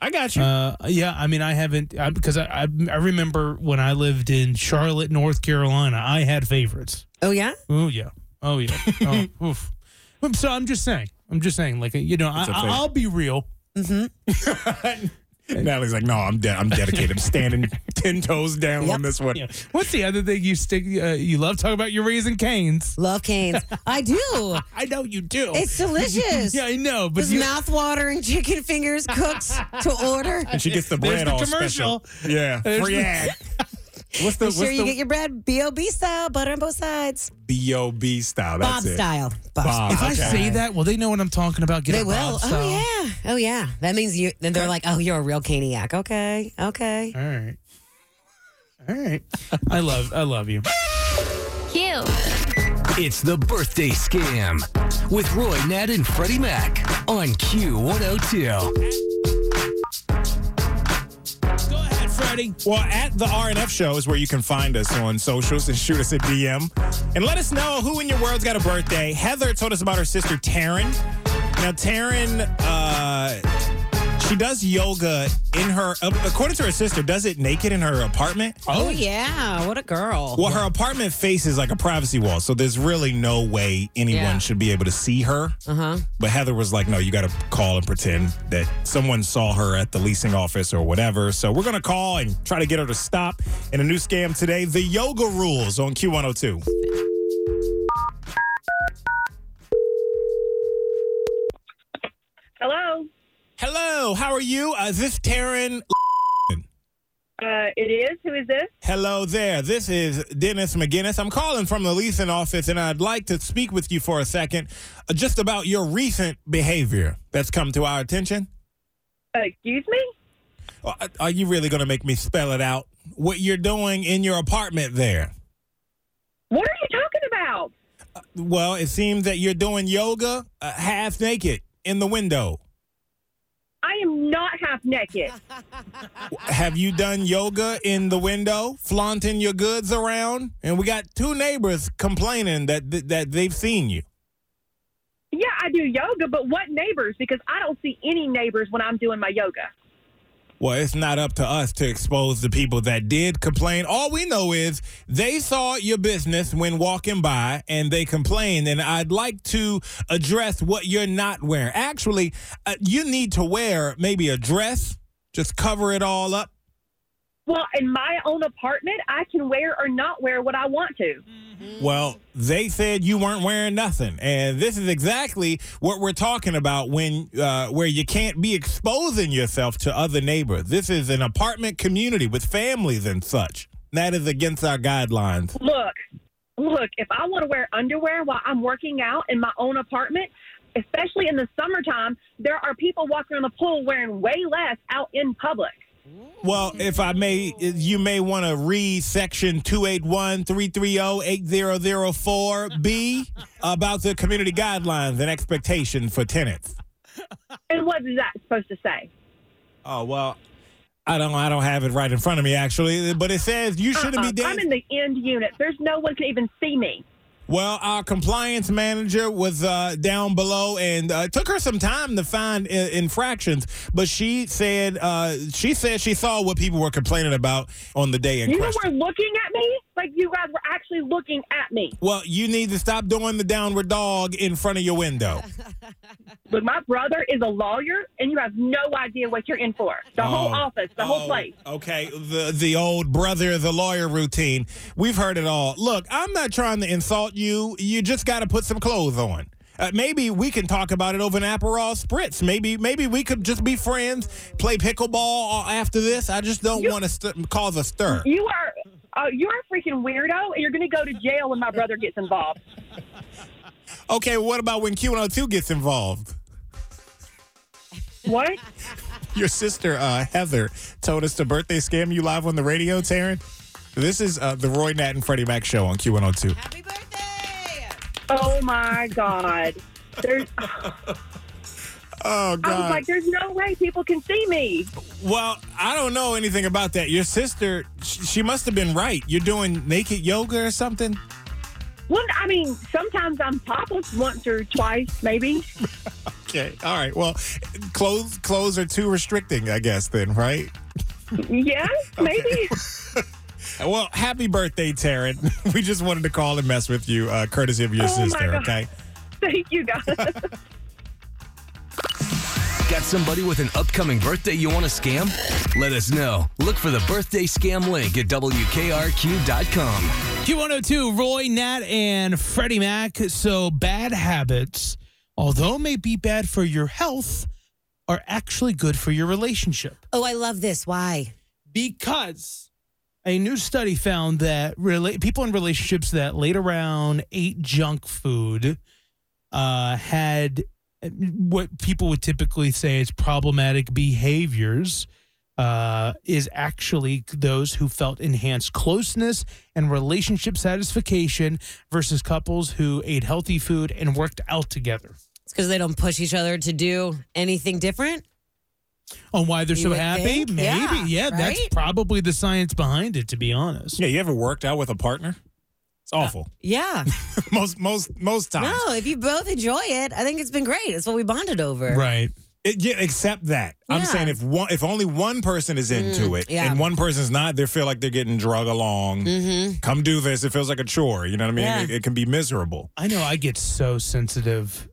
I got you. Uh, yeah, I mean, I haven't I, because I, I I remember when I lived in Charlotte, North Carolina, I had favorites. oh yeah. Oh yeah, oh yeah. Oh, oof. Um, So I'm just saying, I'm just saying, like you know, I, It's a I- favorite. I'll be real. Natalie's like, no, I'm de- I'm dedicated. I'm standing ten toes down on this one. Yeah. What's the other thing you stick? Uh, you love talking about your raising canes. Love canes. I do. I know you do. It's delicious. yeah, I know, but Those you, mouth-watering chicken fingers cooked to order. And she gets the There's bread the all commercial. special. Yeah, There's free the- ad. What's the Make what's sure you get the your bread B.O.B. style, butter on both sides. B O B style? That's Bob it. style. Bob. Bob. if I Okay. say that, well, they know what I'm talking about. Get They a will. Bob style. Oh yeah. Oh yeah. That means you. Then they're like, oh, you're a real caniac. Okay. Okay. All right. All right. I love I love you. Cute. It's the birthday scam with Roy Nat and Freddie Mac on Q102. Go ahead, Freddie. Well, at the RNF show is where you can find us on socials and shoot us a DM. And let us know who in your world's got a birthday. Heather told us about her sister, Taryn. Now, Taryn, uh, She does yoga in her, uh, according to her sister, does it naked in her apartment. Oh, yeah. What a girl. Well, her apartment faces like a privacy wall, so there's really no way anyone Yeah. should be able to see her. Uh huh. But Heather was like, no, you got to call and pretend that someone saw her at the leasing office or whatever. So we're going to call and try to get her to stop. And a new scam today the yoga rules on Q102. Hello. Hello, how are you? Uh, this Taryn. Uh, it is. Who is this? Hello there. This is Dennis McGinnis. I'm calling from the leasing office, and I'd like to speak with you for a second uh, just about your recent behavior that's come to our attention. Uh, excuse me? Are- Are you really going to make me spell it out? What you're doing in your apartment there? What are you talking about? Well, it seems that you're doing yoga uh, half naked in the window. I am not half naked. Have you done yoga in the window, flaunting your goods around? And we got two neighbors complaining that th- that they've seen you. yeah, I do yoga, but what neighbors? Because I don't see any neighbors when I'm doing my yoga. Well, it's not up to us to expose the people that did complain. All we know is they saw your business when walking by and they complained. And I'd like to address what you're not wearing. Actually, uh, you need to wear maybe a dress, just cover it all up. Well, in my own apartment, I can wear or not wear what I want to. Well, they said you weren't wearing nothing, and this is exactly what we're talking about when uh, where you can't be exposing yourself to other neighbors. This is an apartment community with families and such. That is against our guidelines. Look, look, if I want to wear underwear while I'm working out in my own apartment, especially in the summertime, there are people walking on the pool wearing way less out in public. Well, if I may, you may want to read section oh, 281-330-8004B about the community guidelines and expectations for tenants. And what is that supposed to say? Oh well, I don't I don't have it right in front of me actually, but it says you shouldn't Uh-uh, be dancing. I'm in the end unit. There's no one can even see me. Well, our compliance manager was uh, down below, and uh, it took her some time to find I- infractions. But she said uh, she said she saw what people were complaining about on the day in You question. were looking at me like you guys were actually looking at me. Well, you need to stop doing the downward dog in front of your window. Look, my brother is a lawyer, and you have no idea what you're in for. The whole Oh. office, the whole Oh, place. Okay, the the old brother, the lawyer routine. We've heard it all. Look, I'm not trying to insult you. You just got to put some clothes on. Uh, maybe we can talk about it over an Aperol spritz. Maybe maybe we could just be friends, play pickleball a- after this. I just don't want to st- cause a stir. You are uh, you're a freaking weirdo, and you're going to go to jail when my brother gets involved. Okay, what about when Q102 gets involved? What? Your sister uh, Heather told us to birthday scam you live on the radio, Taryn. This is uh, the Roy Nat and Freddie Mac show on Q102. Oh my God! There's Oh God! I was like, there's no way people can see me. Well, I don't know anything about that. Your sister, sh- she must have been right. You're doing naked yoga or something? Well, I mean, sometimes I'm topless once or twice, maybe. Okay. All right. Well, clothes clothes are too restricting, I guess then, right? Yeah, maybe. Well, happy birthday, Taryn. We just wanted to call and mess with you, uh, courtesy of your Oh, my sister, God. okay? Thank you, guys. Got somebody with an upcoming birthday you want to scam? Let us know. Look for the birthday scam link at WKRQ.com. Q102, Roy, Nat, and Freddie Mac. So, bad habits, although may be bad for your health, are actually good for your relationship. Oh, I love this. Why? Because a new study found that rela- people in relationships that laid around ate junk food uh, had uh, what people would typically say is problematic behaviors uh, is actually those who felt enhanced closeness and relationship satisfaction versus couples who ate healthy food and worked out together It's because they don't push each other to do anything different. on Oh, why they're You so would happy think, maybe yeah, yeah, that's right? probably the science behind it to be honest yeah you ever worked out with a partner it's awful Yeah. Uh, most most most times No, if you both enjoy it, I think it's been great. It's what we bonded over. right It- yeah, except that I'm Yeah. saying if one, if only one person is into Mm, it, yeah. and one person's not, they feel like they're getting drug along. Mhm. Come do this. It feels like a chore. You know what I mean? Yeah. It, it can be miserable. I know I get so sensitive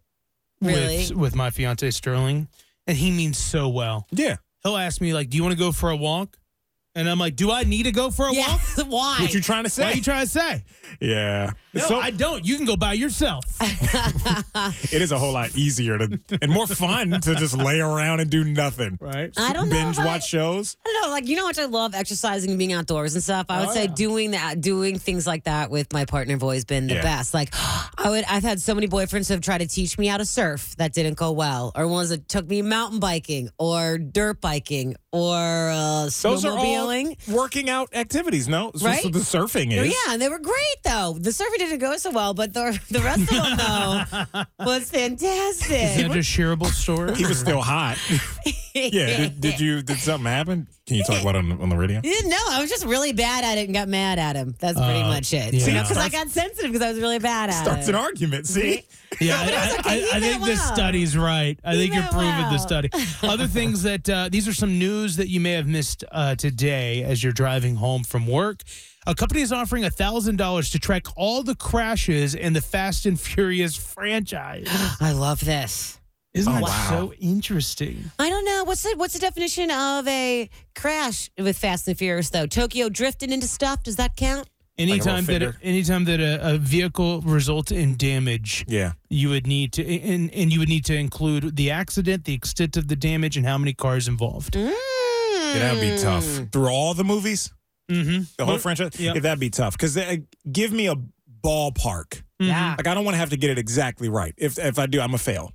Really? with with my fiance Sterling, and he means so well. Yeah. He'll ask me like, "Do you want to go for a walk?" And I'm like, "Do I need to go for a walk? Why? What you trying to say? What are you trying to say? Yeah, No, I don't. You can go by yourself. it is a whole lot easier to and more fun to just lay around and do nothing. Right? I don't know binge if I- watch shows. I don't know, like you know how much I love exercising and being outdoors and stuff. I would Oh, say yeah. doing that, doing things like that with my partner boy has been the Yeah. best. Like I would, I've had so many boyfriends who have tried to teach me how to surf that didn't go well, or ones that took me mountain biking or dirt biking or uh, Those are snowmobiling. all working out activities. No, That's Right? what the surfing No, is. yeah, and they were great though. The surfing didn't go so well, but the the rest of them though was Is that fantastic. just shareable story? He was still hot. yeah. Did, did you? Did something happen? Can you talk about it on, on the radio? You didn't know. I was just really bad at it and got mad at him. That's pretty Uh, much it. yeah. You know, because I got sensitive because I was really bad at Starts it. an argument. See. Yeah, I, I- I think this study's right. I think you're proving well. the study. Other things that uh, these are some news that you may have missed uh, today as you're driving home from work. A company is offering thousand dollars to track all the crashes in the Fast and Furious franchise. I love this. Isn't Oh, that wow. so interesting? I don't know. What's the what's the definition of a crash with Fast and Furious though? Tokyo drifting into stuff. Does that count? Anytime that finger. anytime that a, a vehicle results in damage, Yeah. you would need to and, and you would need to include the accident, the extent of the damage, and how many cars involved. Yeah, that'd Mm. be tough. Mm. Through all the movies, Mm-hmm. the whole franchise, yeah, that'd be tough. Because give me a ballpark. Yeah. Like I don't want to have to get it exactly right. If if I do, I'm a fail.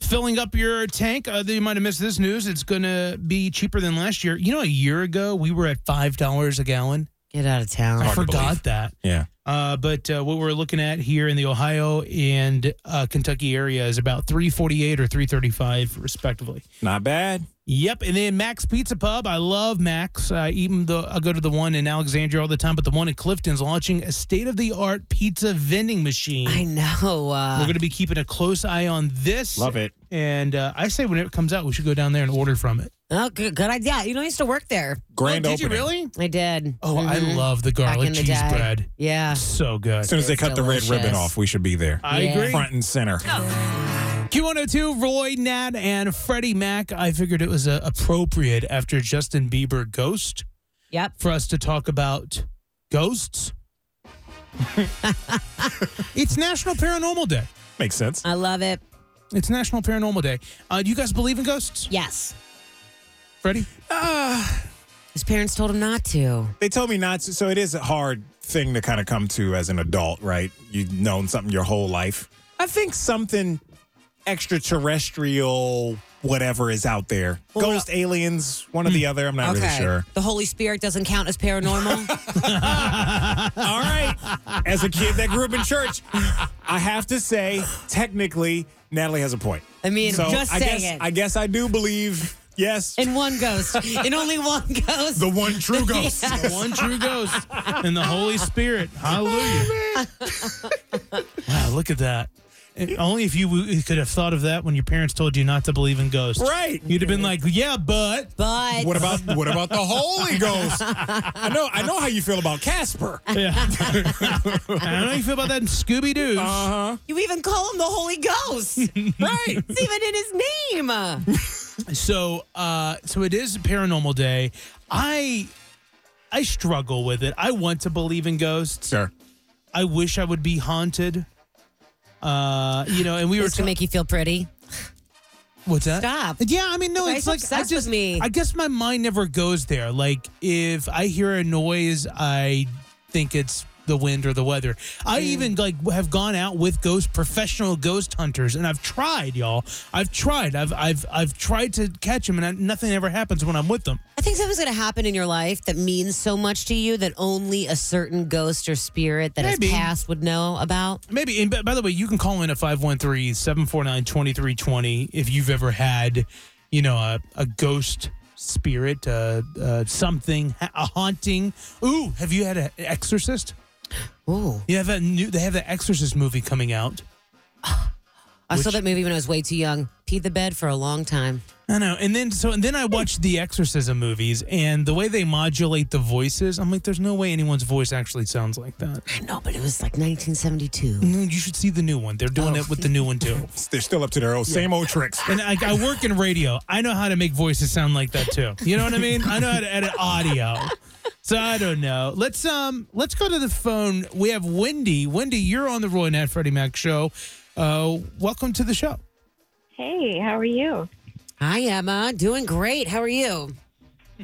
filling up your tank. Uh, you might have missed this news. It's going to be cheaper than last year. You know, a year ago we were at five dollars a gallon. Get out of town. I Hard to believe. forgot that. Yeah. Uh, but uh, what we're looking at here in the Ohio and uh, Kentucky area is about three forty eight or three thirty five, respectively. Not bad. Yep, and then Max Pizza Pub. I love Max. I even though I go to the one in Alexandria all the time, but the one in Clifton's launching a state of the art pizza vending machine. I know. Uh, We're going to be keeping a close eye on this. Love it. And uh, I say when it comes out, we should go down there and order from it. Oh, good, good idea. You know, I used to work there. Grand Oh, did you opening. really? I did. Oh, I Mhm. love the Back garlic in the cheese day. bread. Yeah. So good. As soon as they cut the red ribbon off, we should be there. I Yeah. agree. Front and center. Q102, Roy, Nat, and Freddie Mac. I figured it was uh, appropriate after Justin Bieber Ghost Yep. for us to talk about ghosts. it's National Paranormal Day. Makes sense. I love it. It's National Paranormal Day. Uh, do you guys believe in ghosts? Yes. Freddie? His parents told him not to. They told me not to, so it is a hard thing to kind of come to as an adult, right? You've known something your whole life. I think something extraterrestrial, whatever is out there. Ghost aliens, one or the hmm. other. I'm not really sure. The Holy Spirit doesn't count as paranormal. All right. As a kid that grew up in church, I have to say, technically, Natalie has a point. I mean, so just I saying guess, it. I guess I do believe, yes. In one ghost. In only one ghost. The one true ghost. Yes. The one true ghost and the Holy Spirit. Hallelujah. wow, Ah, look at that. And only if you w- could have thought of that when your parents told you not to believe in ghosts. Right. You'd have been like, yeah, but. But What about what about the Holy Ghost? I know I know how you feel about Casper. Yeah. I don't know how you feel about that in Scooby Doo. Uh-huh. You even call him the Holy Ghost. right. It's even in his name. So, uh, so it is Paranormal Day. I, I struggle with it. I want to believe in ghosts. Sure. I wish I would be haunted. Uh, you know, and we This were can make you feel pretty. What's that? Stop. Yeah, I mean, no, Guys it's are like I obsessed just with me. I guess my mind never goes there. Like if I hear a noise, I think it's the wind or the weather. Mm. I even like have gone out with ghost professional ghost hunters, and I've tried, y'all. I've tried. I've I've I've tried to catch them, and I, nothing ever happens when I'm with them. I think something's going to happen in your life that means so much to you that only a certain ghost or spirit that Maybe. has passed would know about. Maybe, and b- by the way, you can call in at 513 749 2320 if you've ever had, you know, a, a ghost spirit, uh, uh, something, ha- a haunting. Ooh, have you had an exorcist? Ooh. You have a new, they have the exorcist movie coming out. I saw that movie when I was way too young. Peed the bed for a long time. I know. And then so and then I watched the exorcism movies and the way they modulate the voices, I'm like, there's no way anyone's voice actually sounds like that. I know, but it was like 1972. No, you should see the new one. They're doing Oh. it with the new one too. They're still up to their old same old tricks. And I, I work in radio. I know how to make voices sound like that too. You know what I mean? I know how to edit audio. So I don't know. Let's um let's go to the phone. We have Wendy. Wendy, you're on the Roy and Nat Freddie Mac show. Uh, welcome to the show. Hey, how are you? Hi, Emma. Doing great. How are you?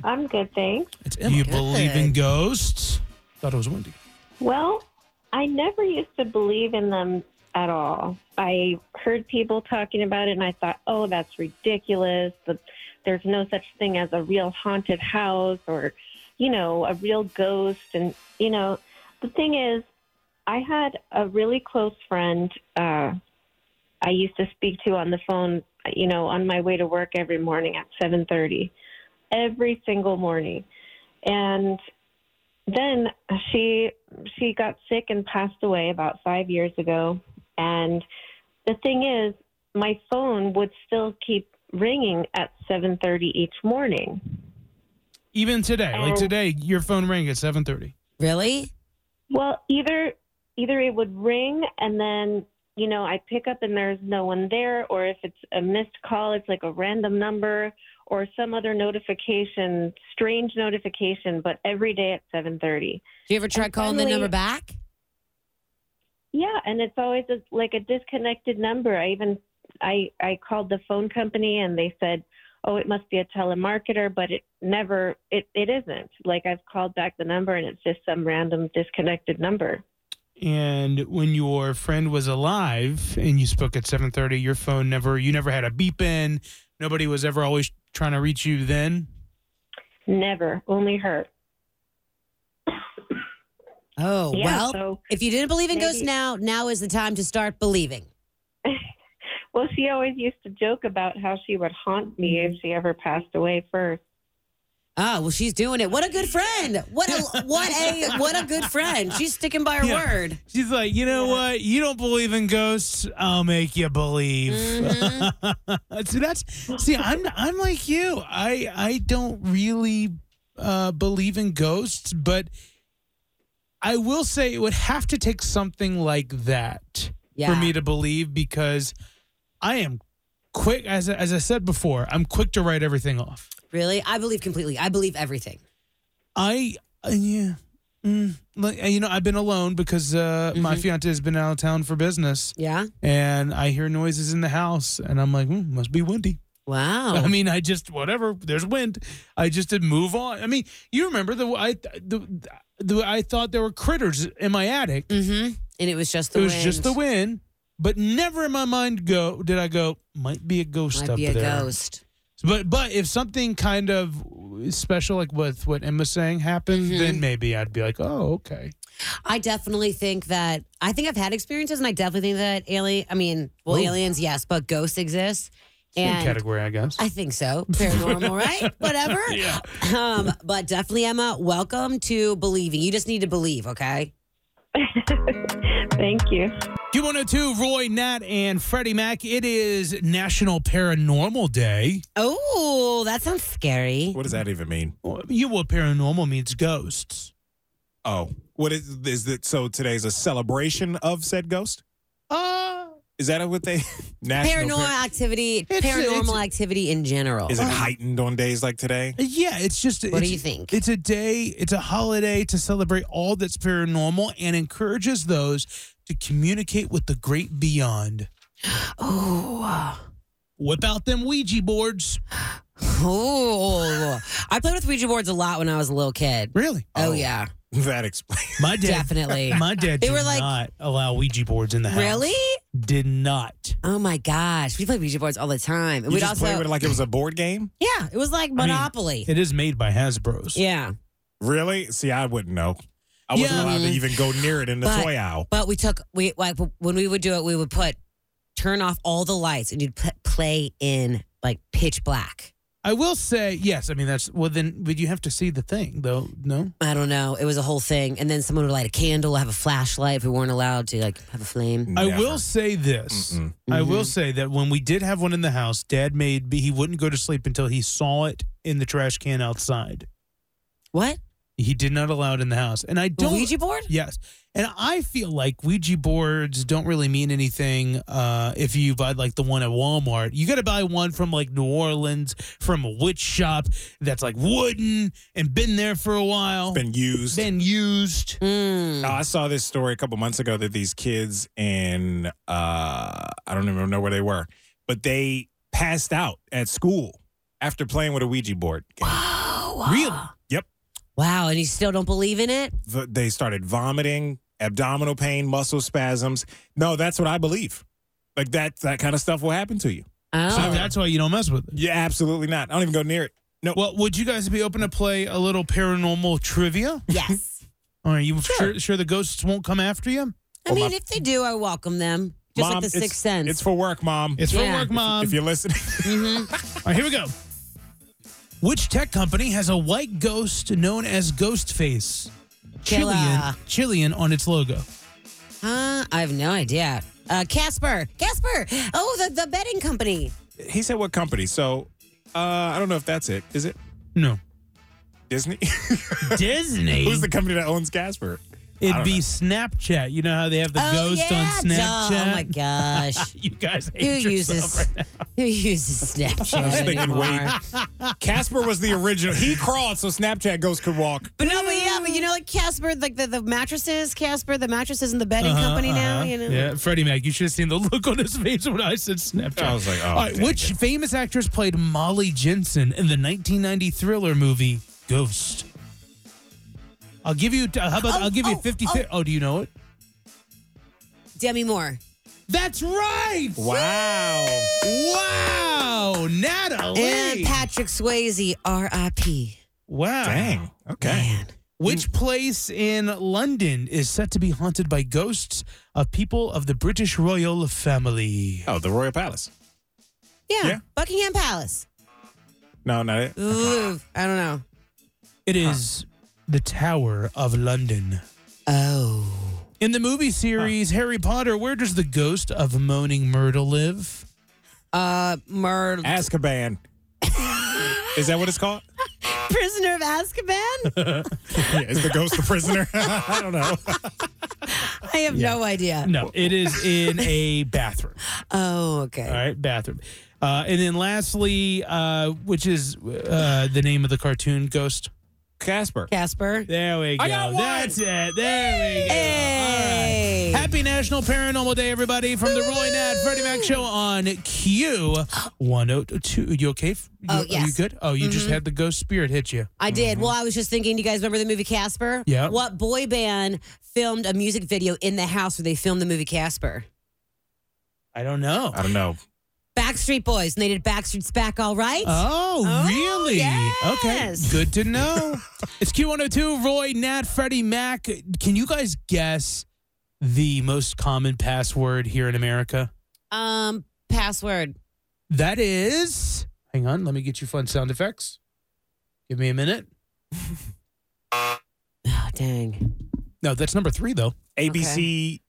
I'm good, thanks. It's Emma. You believe in ghosts? Thought it was Wendy. Well, I never used to believe in them at all. I heard people talking about it and I thought, oh, that's ridiculous. But there's no such thing as a real haunted house or, you know, a real ghost. And, you know, the thing is, I had a really close friend uh, I used to speak to on the phone, you know, on my way to work every morning at 7:30, every single morning. And then she she got sick and passed away about five years ago and the thing is my phone would still keep ringing at 7.30 each morning Even today, like Oh. today, your phone rang at seven thirty. Really? well either either it would ring and then you know i pick up and there's no one there or if it's a missed call it's like a random number or some other notification strange notification but every day at Do 7.30 you ever try And calling the finally- number back? Yeah, and it's always a, like a disconnected number. I even I I called the phone company and they said, "Oh, it must be a telemarketer," but it never it it isn't. Like I've called back the number and it's just some random disconnected number. And when your friend was alive and you spoke at seven thirty, your phone never you never had a beep in. Nobody was ever always trying to reach you then. Never, only her. Oh, Yeah, well, so if you didn't believe in ghosts maybe- now, now is the time to start believing. Well, she always used to joke about how she would haunt me if she ever passed away first. Ah, well, she's doing it. What a good friend! What a what a what a good friend! She's sticking by her Yeah. word. She's like, you know what? You don't believe in ghosts. I'll make you believe. see, that's see, I'm I'm like you. I I don't really uh, believe in ghosts, but I will say it would have to take something like that for Yeah. me to believe because I am quick. As I- as I said before, I'm quick to write everything off. Really, I believe completely. I believe everything. I uh, yeah. Mm, like you know, I've been alone because uh, my fiance has been out of town for business. Yeah. and I hear noises in the house, and I'm like, hmm, must be windy. Wow. I mean, I just whatever. There's wind. I just did move on. I mean, you remember the I the, the I thought there were critters in my attic. Mm-hmm. And it was just the it was just wind. the wind, but never in my mind go did I go might be a ghost Might up be a there. ghost. But but if something kind of special like with what Emma's saying happened, Mm-hmm. then maybe I'd be like, oh okay. I definitely think that I think I've had experiences, and I definitely think that alien. I mean, well, Ooh. aliens, yes, but ghosts exist. Same And category, I guess. I think so. Paranormal, right? Whatever. Yeah. Um, but definitely, Emma, welcome to believing. You just need to believe, okay? Thank you. Q102, Roy, Nat, and Freddie Mac. It is National Paranormal Day. Oh, that sounds scary. What does that even mean? Well, You what paranormal means ghosts. Oh, what is is that? So today's a celebration of said ghost. Uh, Is that what they? paranormal National par- activity, It's- paranormal it's- activity in general. Uh-huh. is it heightened on days like today? yeah, it's just. What do it's- you think? It's a day. It's a holiday to celebrate all that's paranormal and encourages those to communicate with the great beyond. Oh, Whip out them Ouija boards. oh! I played with Ouija boards a lot when I was a little kid. Really? Oh, yeah, That explains. My dad definitely. My dad They did were like- not allow Ouija boards in the house. Really? Did not. Oh my gosh, we played Ouija boards all the time. And You we'd just also, play with it like it was a board game. yeah, it was like Monopoly. It is made by Hasbro's. yeah, Really? See, I wouldn't know. I wasn't Yeah. allowed to even go near it in the But- toy aisle. but we took we like when we would do it, we would put turn off all the lights and you'd pl- play in like pitch black. I will say yes. I mean, that's well. Then, but you have to see the thing, though. No, I don't know. It was a whole thing, and then someone would light a candle, have a flashlight. If we weren't allowed to like have a Mm. flame, I will say this. Mm-mm. I will Mhm. say that when we did have one in the house, Dad made he wouldn't go to sleep until he saw it in the trash can outside. What? He did not allow it in the house, and I don't Ouija board. Yes, and I feel like Ouija boards don't really mean anything uh, if you buy like the one at Walmart. You got to buy one from like New Orleans, from a witch shop that's like wooden and been there for a while, been used, been used. Mm. Now, Uh, I saw this story a couple months ago that these kids in uh, I don't even know where they were, but they passed out at school after playing with a Ouija board. Wow. Really? Yep. Wow. And you still don't believe in it? V- They started vomiting, abdominal pain, muscle spasms. No, that's what I believe. Like that that kind of stuff will happen to you. So that's why you don't mess with it. Yeah, absolutely not. I don't even go near it. No. Well, would you guys be open to play a little paranormal trivia? Yes. Are you sure. sure the ghosts won't come after you? I mean, if they do, I welcome them. Just like the sixth sense. Mm-hmm. It's for work, mom. It's for work, mom. If you're listening. All right, here we go. Which tech company has a white ghost known as Ghostface? Killer. Chilean, Chilean on its logo. Huh? I have no idea. Uh, Casper. Casper. Oh, the, the betting company. He said what company? So uh, I don't know if that's it. Is it? No. Disney? Disney? Who's the company that owns Casper? I It'd don't be Snapchat. You know how they have the Oh, ghost yeah, on duh. Snapchat? Oh, my gosh. you guys Who hate uses, who uses Snapchat? I was thinking, anymore? wait. Casper was the original. He crawled so Snapchat ghosts could walk. But no, but yeah, but you know, like Casper, like the, the mattresses, Casper, the mattresses and the bedding Uh-huh, company now, uh-huh. you know? Yeah, Freddie Mac, you should have seen the look on his face when I said Snapchat. I was like, oh, All right, dang which famous actress played Molly Jensen in the 1990 thriller movie Ghost? I'll give you. Uh, how about I'll give you 50. Oh. do you know it? Demi Moore. That's right. Wow. Wow, Natalie. And Patrick Swayze, R.I.P. Wow. Dang. Okay. Which place in London is set to be haunted by ghosts of people of the British royal family? Oh, the Royal Palace. Yeah, Yeah. Buckingham Palace. No, not it. Ooh, I don't know. It is the Tower of London. Oh. In the movie series Harry Potter, where does the ghost of Moaning Myrtle live? Uh, murder. Azkaban. Is that what it's called? Prisoner of Azkaban? yeah, is the ghost the prisoner? I don't know. I have no idea. No, it is in a bathroom. Oh, okay. All right, bathroom. Uh, and then lastly, uh, which is uh, the name of the cartoon ghost? Casper. Casper. There we go. I got one. That's it. There we go. Hey. All right. Happy National Paranormal Day, everybody, from the Roy Nat Freddie Mac Show on Q102. You okay? You, Oh, Are you yes. Mm-hmm. good? Oh, you just had the ghost spirit hit you. I did. Well, I was just thinking, do you guys remember the movie Casper? Mm-hmm. Yeah. What boy band filmed a music video in the house where they filmed the movie Casper? I don't know. I don't know. Backstreet Boys. And they did Backstreet's Back All Right. Oh, Oh, really? yes. Okay. Good to know. it's Q102, Roy, Nat, Freddie, Mac. Can you guys guess the most common password here in America? Um, password. That is. Hang on, let me get you fun sound effects. Give me a minute. Oh, dang. No, that's number three, though. A B C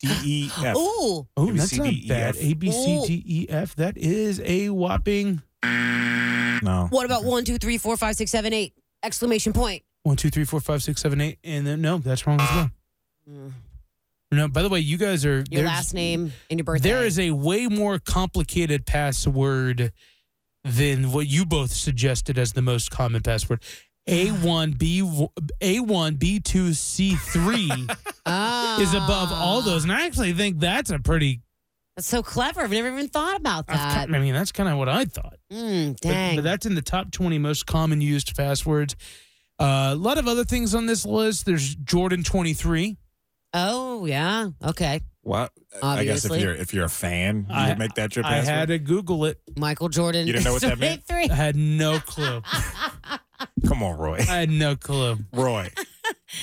D E F. Ooh. Oh, A, B, that's C, not D, E, bad. F. A, B, C, Ooh. D, E, F. That is a whopping No. What about one, two, three, four, five, six, seven, eight? Exclamation point. one, two, three, four, five, six, seven, eight. And then, no, that's wrong as well. No, by the way, you guys are. Mm. Your there's- last name and your birthday. There is a way more complicated password than what you both suggested as the most common password. A1, B, A1, B2, C3 Ah. is above all those. And I actually think that's a pretty, That's so clever. I've never even thought about I that. mean, that's kind of what I thought. Mm, But- dang. But, that's in the top 20 most common used passwords. Uh, a lot of other things on this list. There's Jordan 23. oh, yeah. Okay. What? I guess if Obviously. you're if you're a fan, you I- would make that your I password. had to Google it. Michael Jordan. You didn't know what that meant? Three. I had no clue. Come on, Roy. I had no clue. Roy.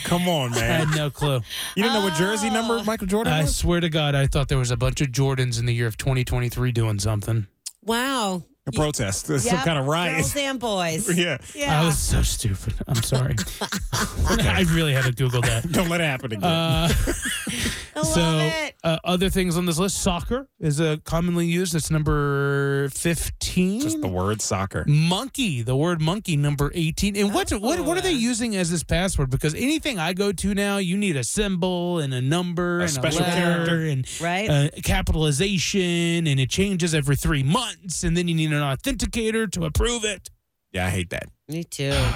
Come on, I man. had no clue. You didn't know what jersey Oh. number Michael Jordan I was? swear to God, I thought there was a bunch of Jordans in the year of 2023 doing something. Wow. A protest. It's some Yep, kind of riot. Girls and boys. Yeah. Yeah. I was Oh, so stupid. I'm sorry. I really had to Google that. Don't let it happen again. Uh, so, Uh, other things on this list soccer is uh, commonly used. It's number 15. Just the word soccer. Mm. Monkey, the word monkey, number 18. And what, what what are they using as this password? Because anything I go to now, you need a symbol and a number and special a letter character. and Right. uh, capitalization, and it changes every three months. And then you need an authenticator to approve it. Yeah, I hate that. Me too. I-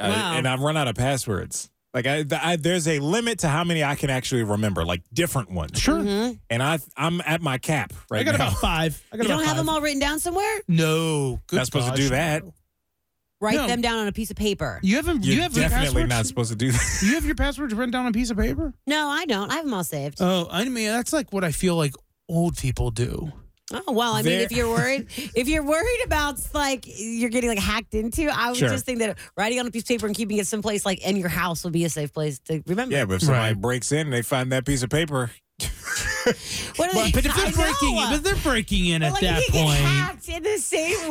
Wow. and I've run out of passwords. Like I, th- I, there's a limit to how many I can actually remember, like different ones. Sure. Mm-hmm. And I, I'm at my cap right Mm-hmm. I got now. about five. I got You about don't five. have them all written down somewhere? No, good Not supposed to gosh, do that. no. Write No. them down on a piece of paper. You haven't. You're you have your definitely passwords. not supposed to do that. You have your passwords written down on a piece of paper. No, I don't. I have them all saved. Oh, I mean that's like what I feel like old people do. oh well, I mean, there- if you're worried, if you're worried about like you're getting like hacked into, I would Sure. just think that writing on a piece of paper and keeping it someplace like in your house would be a safe place to remember. Yeah, but if somebody Right. breaks in and they find that piece of paper, What But, are they- but if I they're breaking, know. uh, in, but they're breaking in But, at like, that you point. Get hacked in the same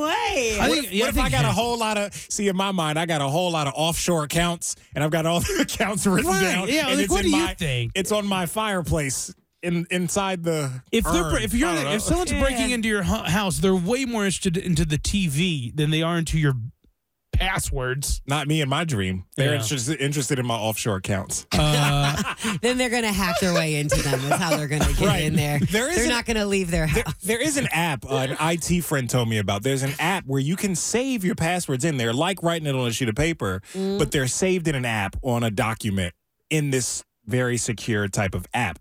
I way. what think- if, yeah, what I if I think- got a whole lot of? See, in my mind, I got a whole lot of offshore accounts, and I've got all the accounts written Right, down. yeah, and like, it's what in do you my- think? It's on my fireplace in inside the. If they're urn. if you're I don't if know. someone's breaking into your hu- house, they're way more interested into the TV than they are into your passwords. Not me in my dream. They're Yeah. interested, interested in my offshore accounts. Uh, then they're gonna hack their way into them. That's how they're gonna get Right. in there. There is they're an- not gonna leave their house. There, there is an app, uh, an IT friend told me about. There's an app where you can save your passwords in there, like writing it on a sheet of paper, but they're saved in an app on a document in this very secure type of app.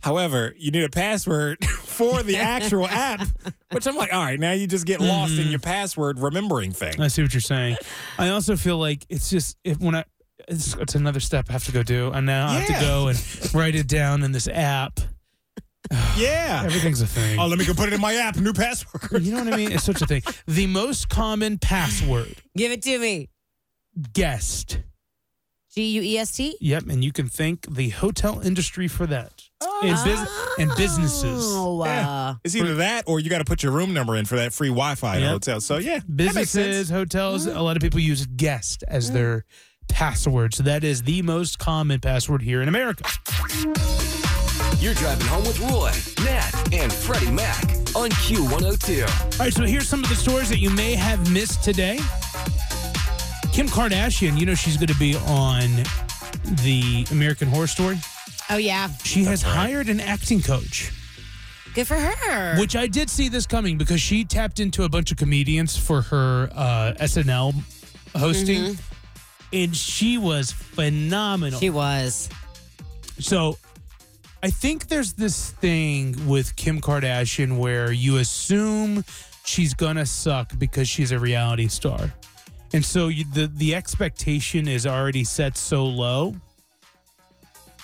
However, you need a password for the actual app, which I'm like, all right, now you just get lost in your password remembering thing. I see what you're saying. I also feel like it's just if when I it's, it's another step I have to go do, and now I have Yeah. to go and write it down in this app. Yeah. Everything's a thing. Oh, let me go put it in my app. New password. You know what I mean? It's such a thing. The most common password Give it to me. guest. G U E S T. Yep, and you can thank the hotel industry for that. And, bus- and businesses. Oh, uh, It's either that or you got to put your room number in for that free Wi Fi in a Yep. hotel. So, yeah. that makes sense. Mm. Businesses, hotels, a lot of people use guest as their password. So that is the most common password here in America. You're driving home with Roy, Nat, and Freddie Mac on Q102. All right, so here's some of the stories that you may have missed today. Kim Kardashian, you know she's going to be on the American Horror Story. oh yeah. She has hired an acting coach, Good for her. which I did see this coming because she tapped into a bunch of comedians for her uh, SNL hosting, Mm-hmm. and she was phenomenal. she was. So I think there's this thing with Kim Kardashian where you assume she's gonna suck because she's a reality star. And so you, the the expectation is already set so low.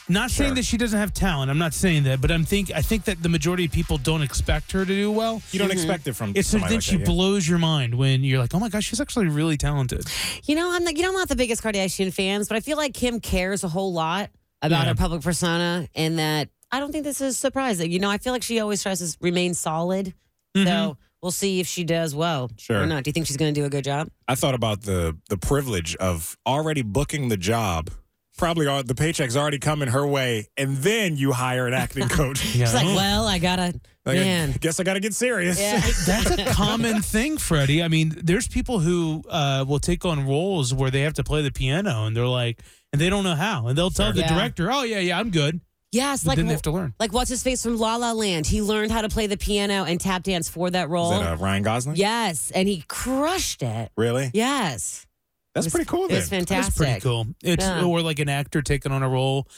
Not saying Sure. that she doesn't have talent. I'm not saying that, but I'm think I think that the majority of people don't expect her to do well. You don't expect it from Mm-hmm. It's so somebody then like she that, yeah. blows your mind when you're like, "Oh my gosh, she's actually really talented." You know, I'm like, you know, I'm not the biggest Kardashian fans, but I feel like Kim cares a whole lot about Yeah. her public persona, and that I don't think this is surprising. You know, I feel like she always tries to s- remain solid. So we'll see if she does well Sure. or not. Do you think she's going to do a good job? I thought about the the privilege of already booking the job. Probably all, the paycheck's already coming her way, and then you hire an acting coach. Yeah. She's like, well, I gotta, Like, I man. guess I got to get serious. Yeah. That's a common thing, Freddie. I mean, there's people who uh, will take on roles where they have to play the piano and they're like, and they don't know how. And they'll tell the Yeah. director, oh, yeah, yeah, I'm good. Yeah, it's But like then they have to learn. like what's his face from La La Land. He learned how to play the piano and tap dance for that Is role. that uh, Ryan Gosling? yes, and he crushed it. Really? Yes, It That's was- pretty cool. It Then. was fantastic. That's pretty cool. It's Yeah. or like an actor taking on a role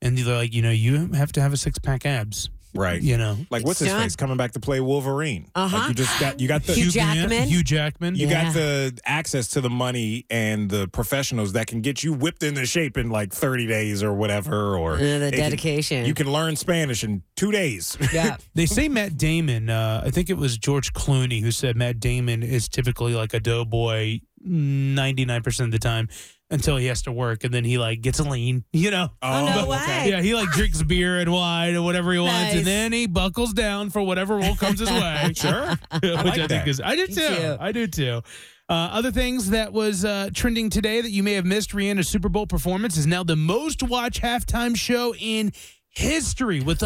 and they're like, you know, you have to have a six pack abs. Right. You know, Like what's his John- face coming back to play Wolverine? Uh-huh. Like you just got you got the Hugh you, Grant, Jackman? Hugh Jackman. you Yeah. got the access to the money and the professionals that can get you whipped into shape in like 30 days or whatever or Yeah, Uh, they the can- dedication. you can learn Spanish in 2 days. yeah. They say Matt Damon. Uh, I think it was George Clooney who said Matt Damon is typically like a doughboy 99% of the time until he has to work and then he like gets a lean, you know. Oh, no way. Yeah, he like drinks beer and wine or whatever he wants Nice. and then he buckles down for whatever role comes his way. Sure. I Which I, like think that. is I do Me too. too. I do too. Uh, other things that was uh, trending today that you may have missed Rihanna's Super Bowl performance is now the most watched halftime show in history with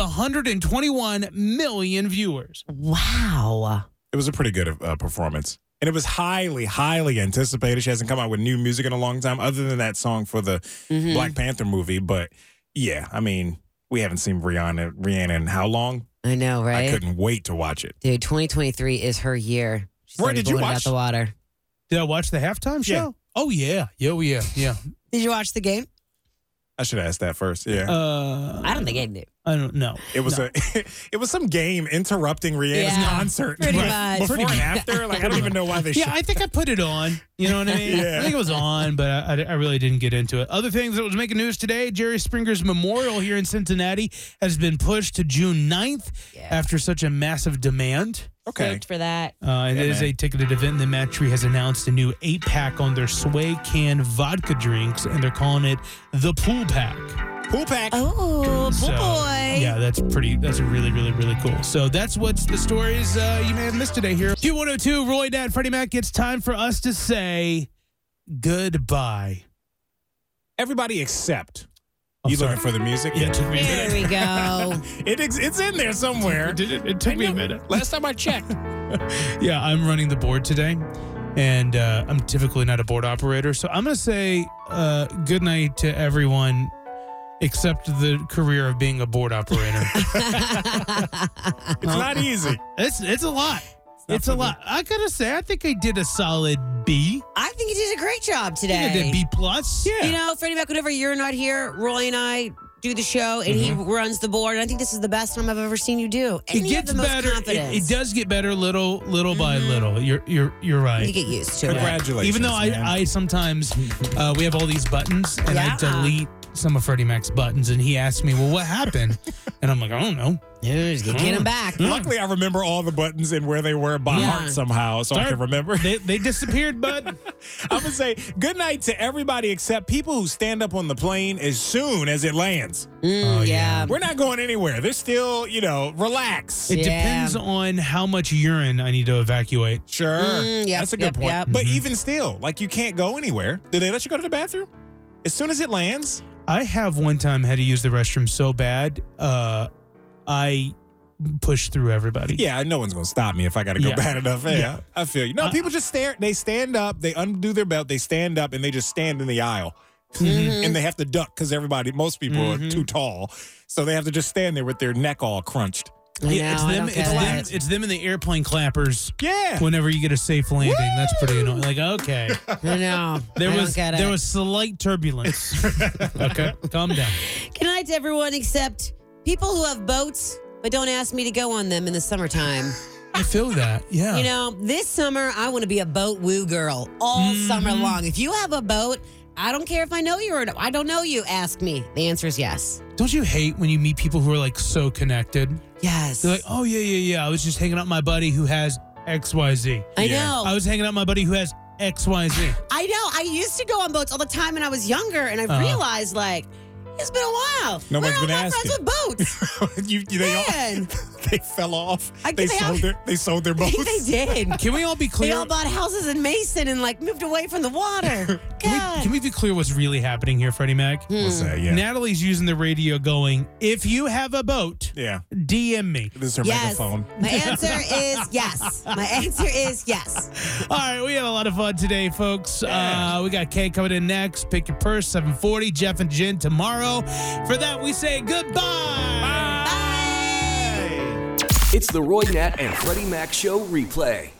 121 million viewers. Wow. It was a pretty good uh, performance. And it was highly, highly anticipated. She hasn't come out with new music in a long time, other than that song for the Mhm. Black Panther movie. But yeah, I mean, we haven't seen Rihanna, Rihanna in how long? I know, right? I couldn't wait to watch it. Dude, 2023 is her year. She's Where already did you blowing it watch- Out the water. Did I watch the halftime show? Oh yeah. Yo yeah. Yeah. Did you watch the game? I should ask that first. Yeah. Uh, I don't think I knew. I don't know. It was a, it was some game interrupting Rihanna's Yeah, concert. pretty Right. much. Before and after, like I don't even know why they. yeah, showed- I think I put it on. You know what I mean? Yeah. I think it was on, but I, I- I really didn't get into it. Other things that was making news today Jerry Springer's memorial here in Cincinnati has been pushed to June 9th after such a massive demand. Okay. for that. Uh, and Yeah, it is man. a ticketed event. The Mad Tree has announced a new eight pack on their Sway Can vodka drinks, and they're calling it the Pool Pack. Pool pack. Oh, So, Yeah, that's pretty. That's really, really, really cool. So that's what's the stories uh, you may have missed today here. Q102, Roy, Dad, Freddie Mac. It's time for us to say goodbye. Everybody except. I'm you sorry. looking for the music? Yeah, it took me a minute. There we go. It ex- it's in there somewhere. Did it, it took me a minute. Last time I checked. Yeah, I'm running the board today, and uh, I'm typically not a board operator. So I'm going to say uh, good night to everyone except the career of being a board operator. It's not easy. it's, it's a lot. It's a lot. I got to say, I think I did a solid B. I think you did a great job I think I today. did B plus. You know, Freddie Mac, whenever you're not here, Roy and I do the show, and he runs the board. And I think this is the best time I've ever seen you do. And Mm-hmm. it you have gets the most better. It, Confidence. Mm-hmm. it does get better little little by little. You're you're you're right. You get used to it. Congratulations. Even though I, man. I sometimes uh, we have all these buttons and I Yeah. delete some of Freddie Mac's buttons and he asked me, Well what happened? and I'm like, I don't know. Yeah, just get him back. Luckily, I remember all the buttons and where they were by Yeah. heart somehow, so I Start- can remember. They they disappeared, bud. I'm gonna say good night to everybody except people who stand up on the plane as soon as it lands. Mm, yeah. We're not going anywhere. They're still, you know, relax. It Yeah. depends on how much urine I need to evacuate. Sure. Mm, yep, That's a good yep, point. yep. But Mm-hmm. even still, like you can't go anywhere. Do they let you go to the bathroom? As soon as it lands? I have one time had to use the restroom so bad, uh I pushed through everybody. Yeah, no one's gonna stop me if I gotta go Yeah. bad enough. Yeah, Yeah. I feel you. No, Uh, people just stare they stand up, they undo their belt, they stand up and they just stand in the aisle. Mm-hmm. And they have to duck because everybody most people are Mhm. too tall. So they have to just stand there with their neck all crunched. I Yeah, it's know, I them. don't It's get them. it. It's them and the airplane clappers. Yeah. Whenever you get a safe landing, that's pretty annoying. Like, okay, I know. there I don't was get it. there was slight turbulence. okay, calm down. Good night to everyone except people who have boats, but don't ask me to go on them in the summertime. I feel that. Yeah. You know, this summer I want to be a boat woo girl all Mm-hmm. summer long. If you have a boat, I don't care if I know you or not. I don't know you. Ask me. The answer is yes. Don't you hate when you meet people who are like so connected? Yes. They're like, oh yeah, yeah, yeah. I was just hanging out with my buddy who has X Y Z. "Oh, I Yeah. know. I was hanging out with my buddy who has X Y Z. I know. I used to go on boats all the time when I was younger, and I Uh-huh. realized like it's been a while. No Where one's are been all my friends asking. with boats? you, you- they, all, Man. they fell off. I they guess they all- sold their they sold their I boats. think they did. Can we all be They clear? all bought houses in Mason and like moved away from the water. can, we, God. can we be clear what's really happening here, Freddie Mac? We'll say, yeah. Natalie's using the radio, going, "If you have a boat, yeah. DM me." This is her yes. megaphone. My answer is yes. My answer is yes. All right, we had a lot of fun today, folks. Uh, we got Kay coming in next. Pick your purse, 740. Jeff and Jen tomorrow. For that, we say goodbye. Bye. It's the Roy Nat and Freddie Mac Show replay.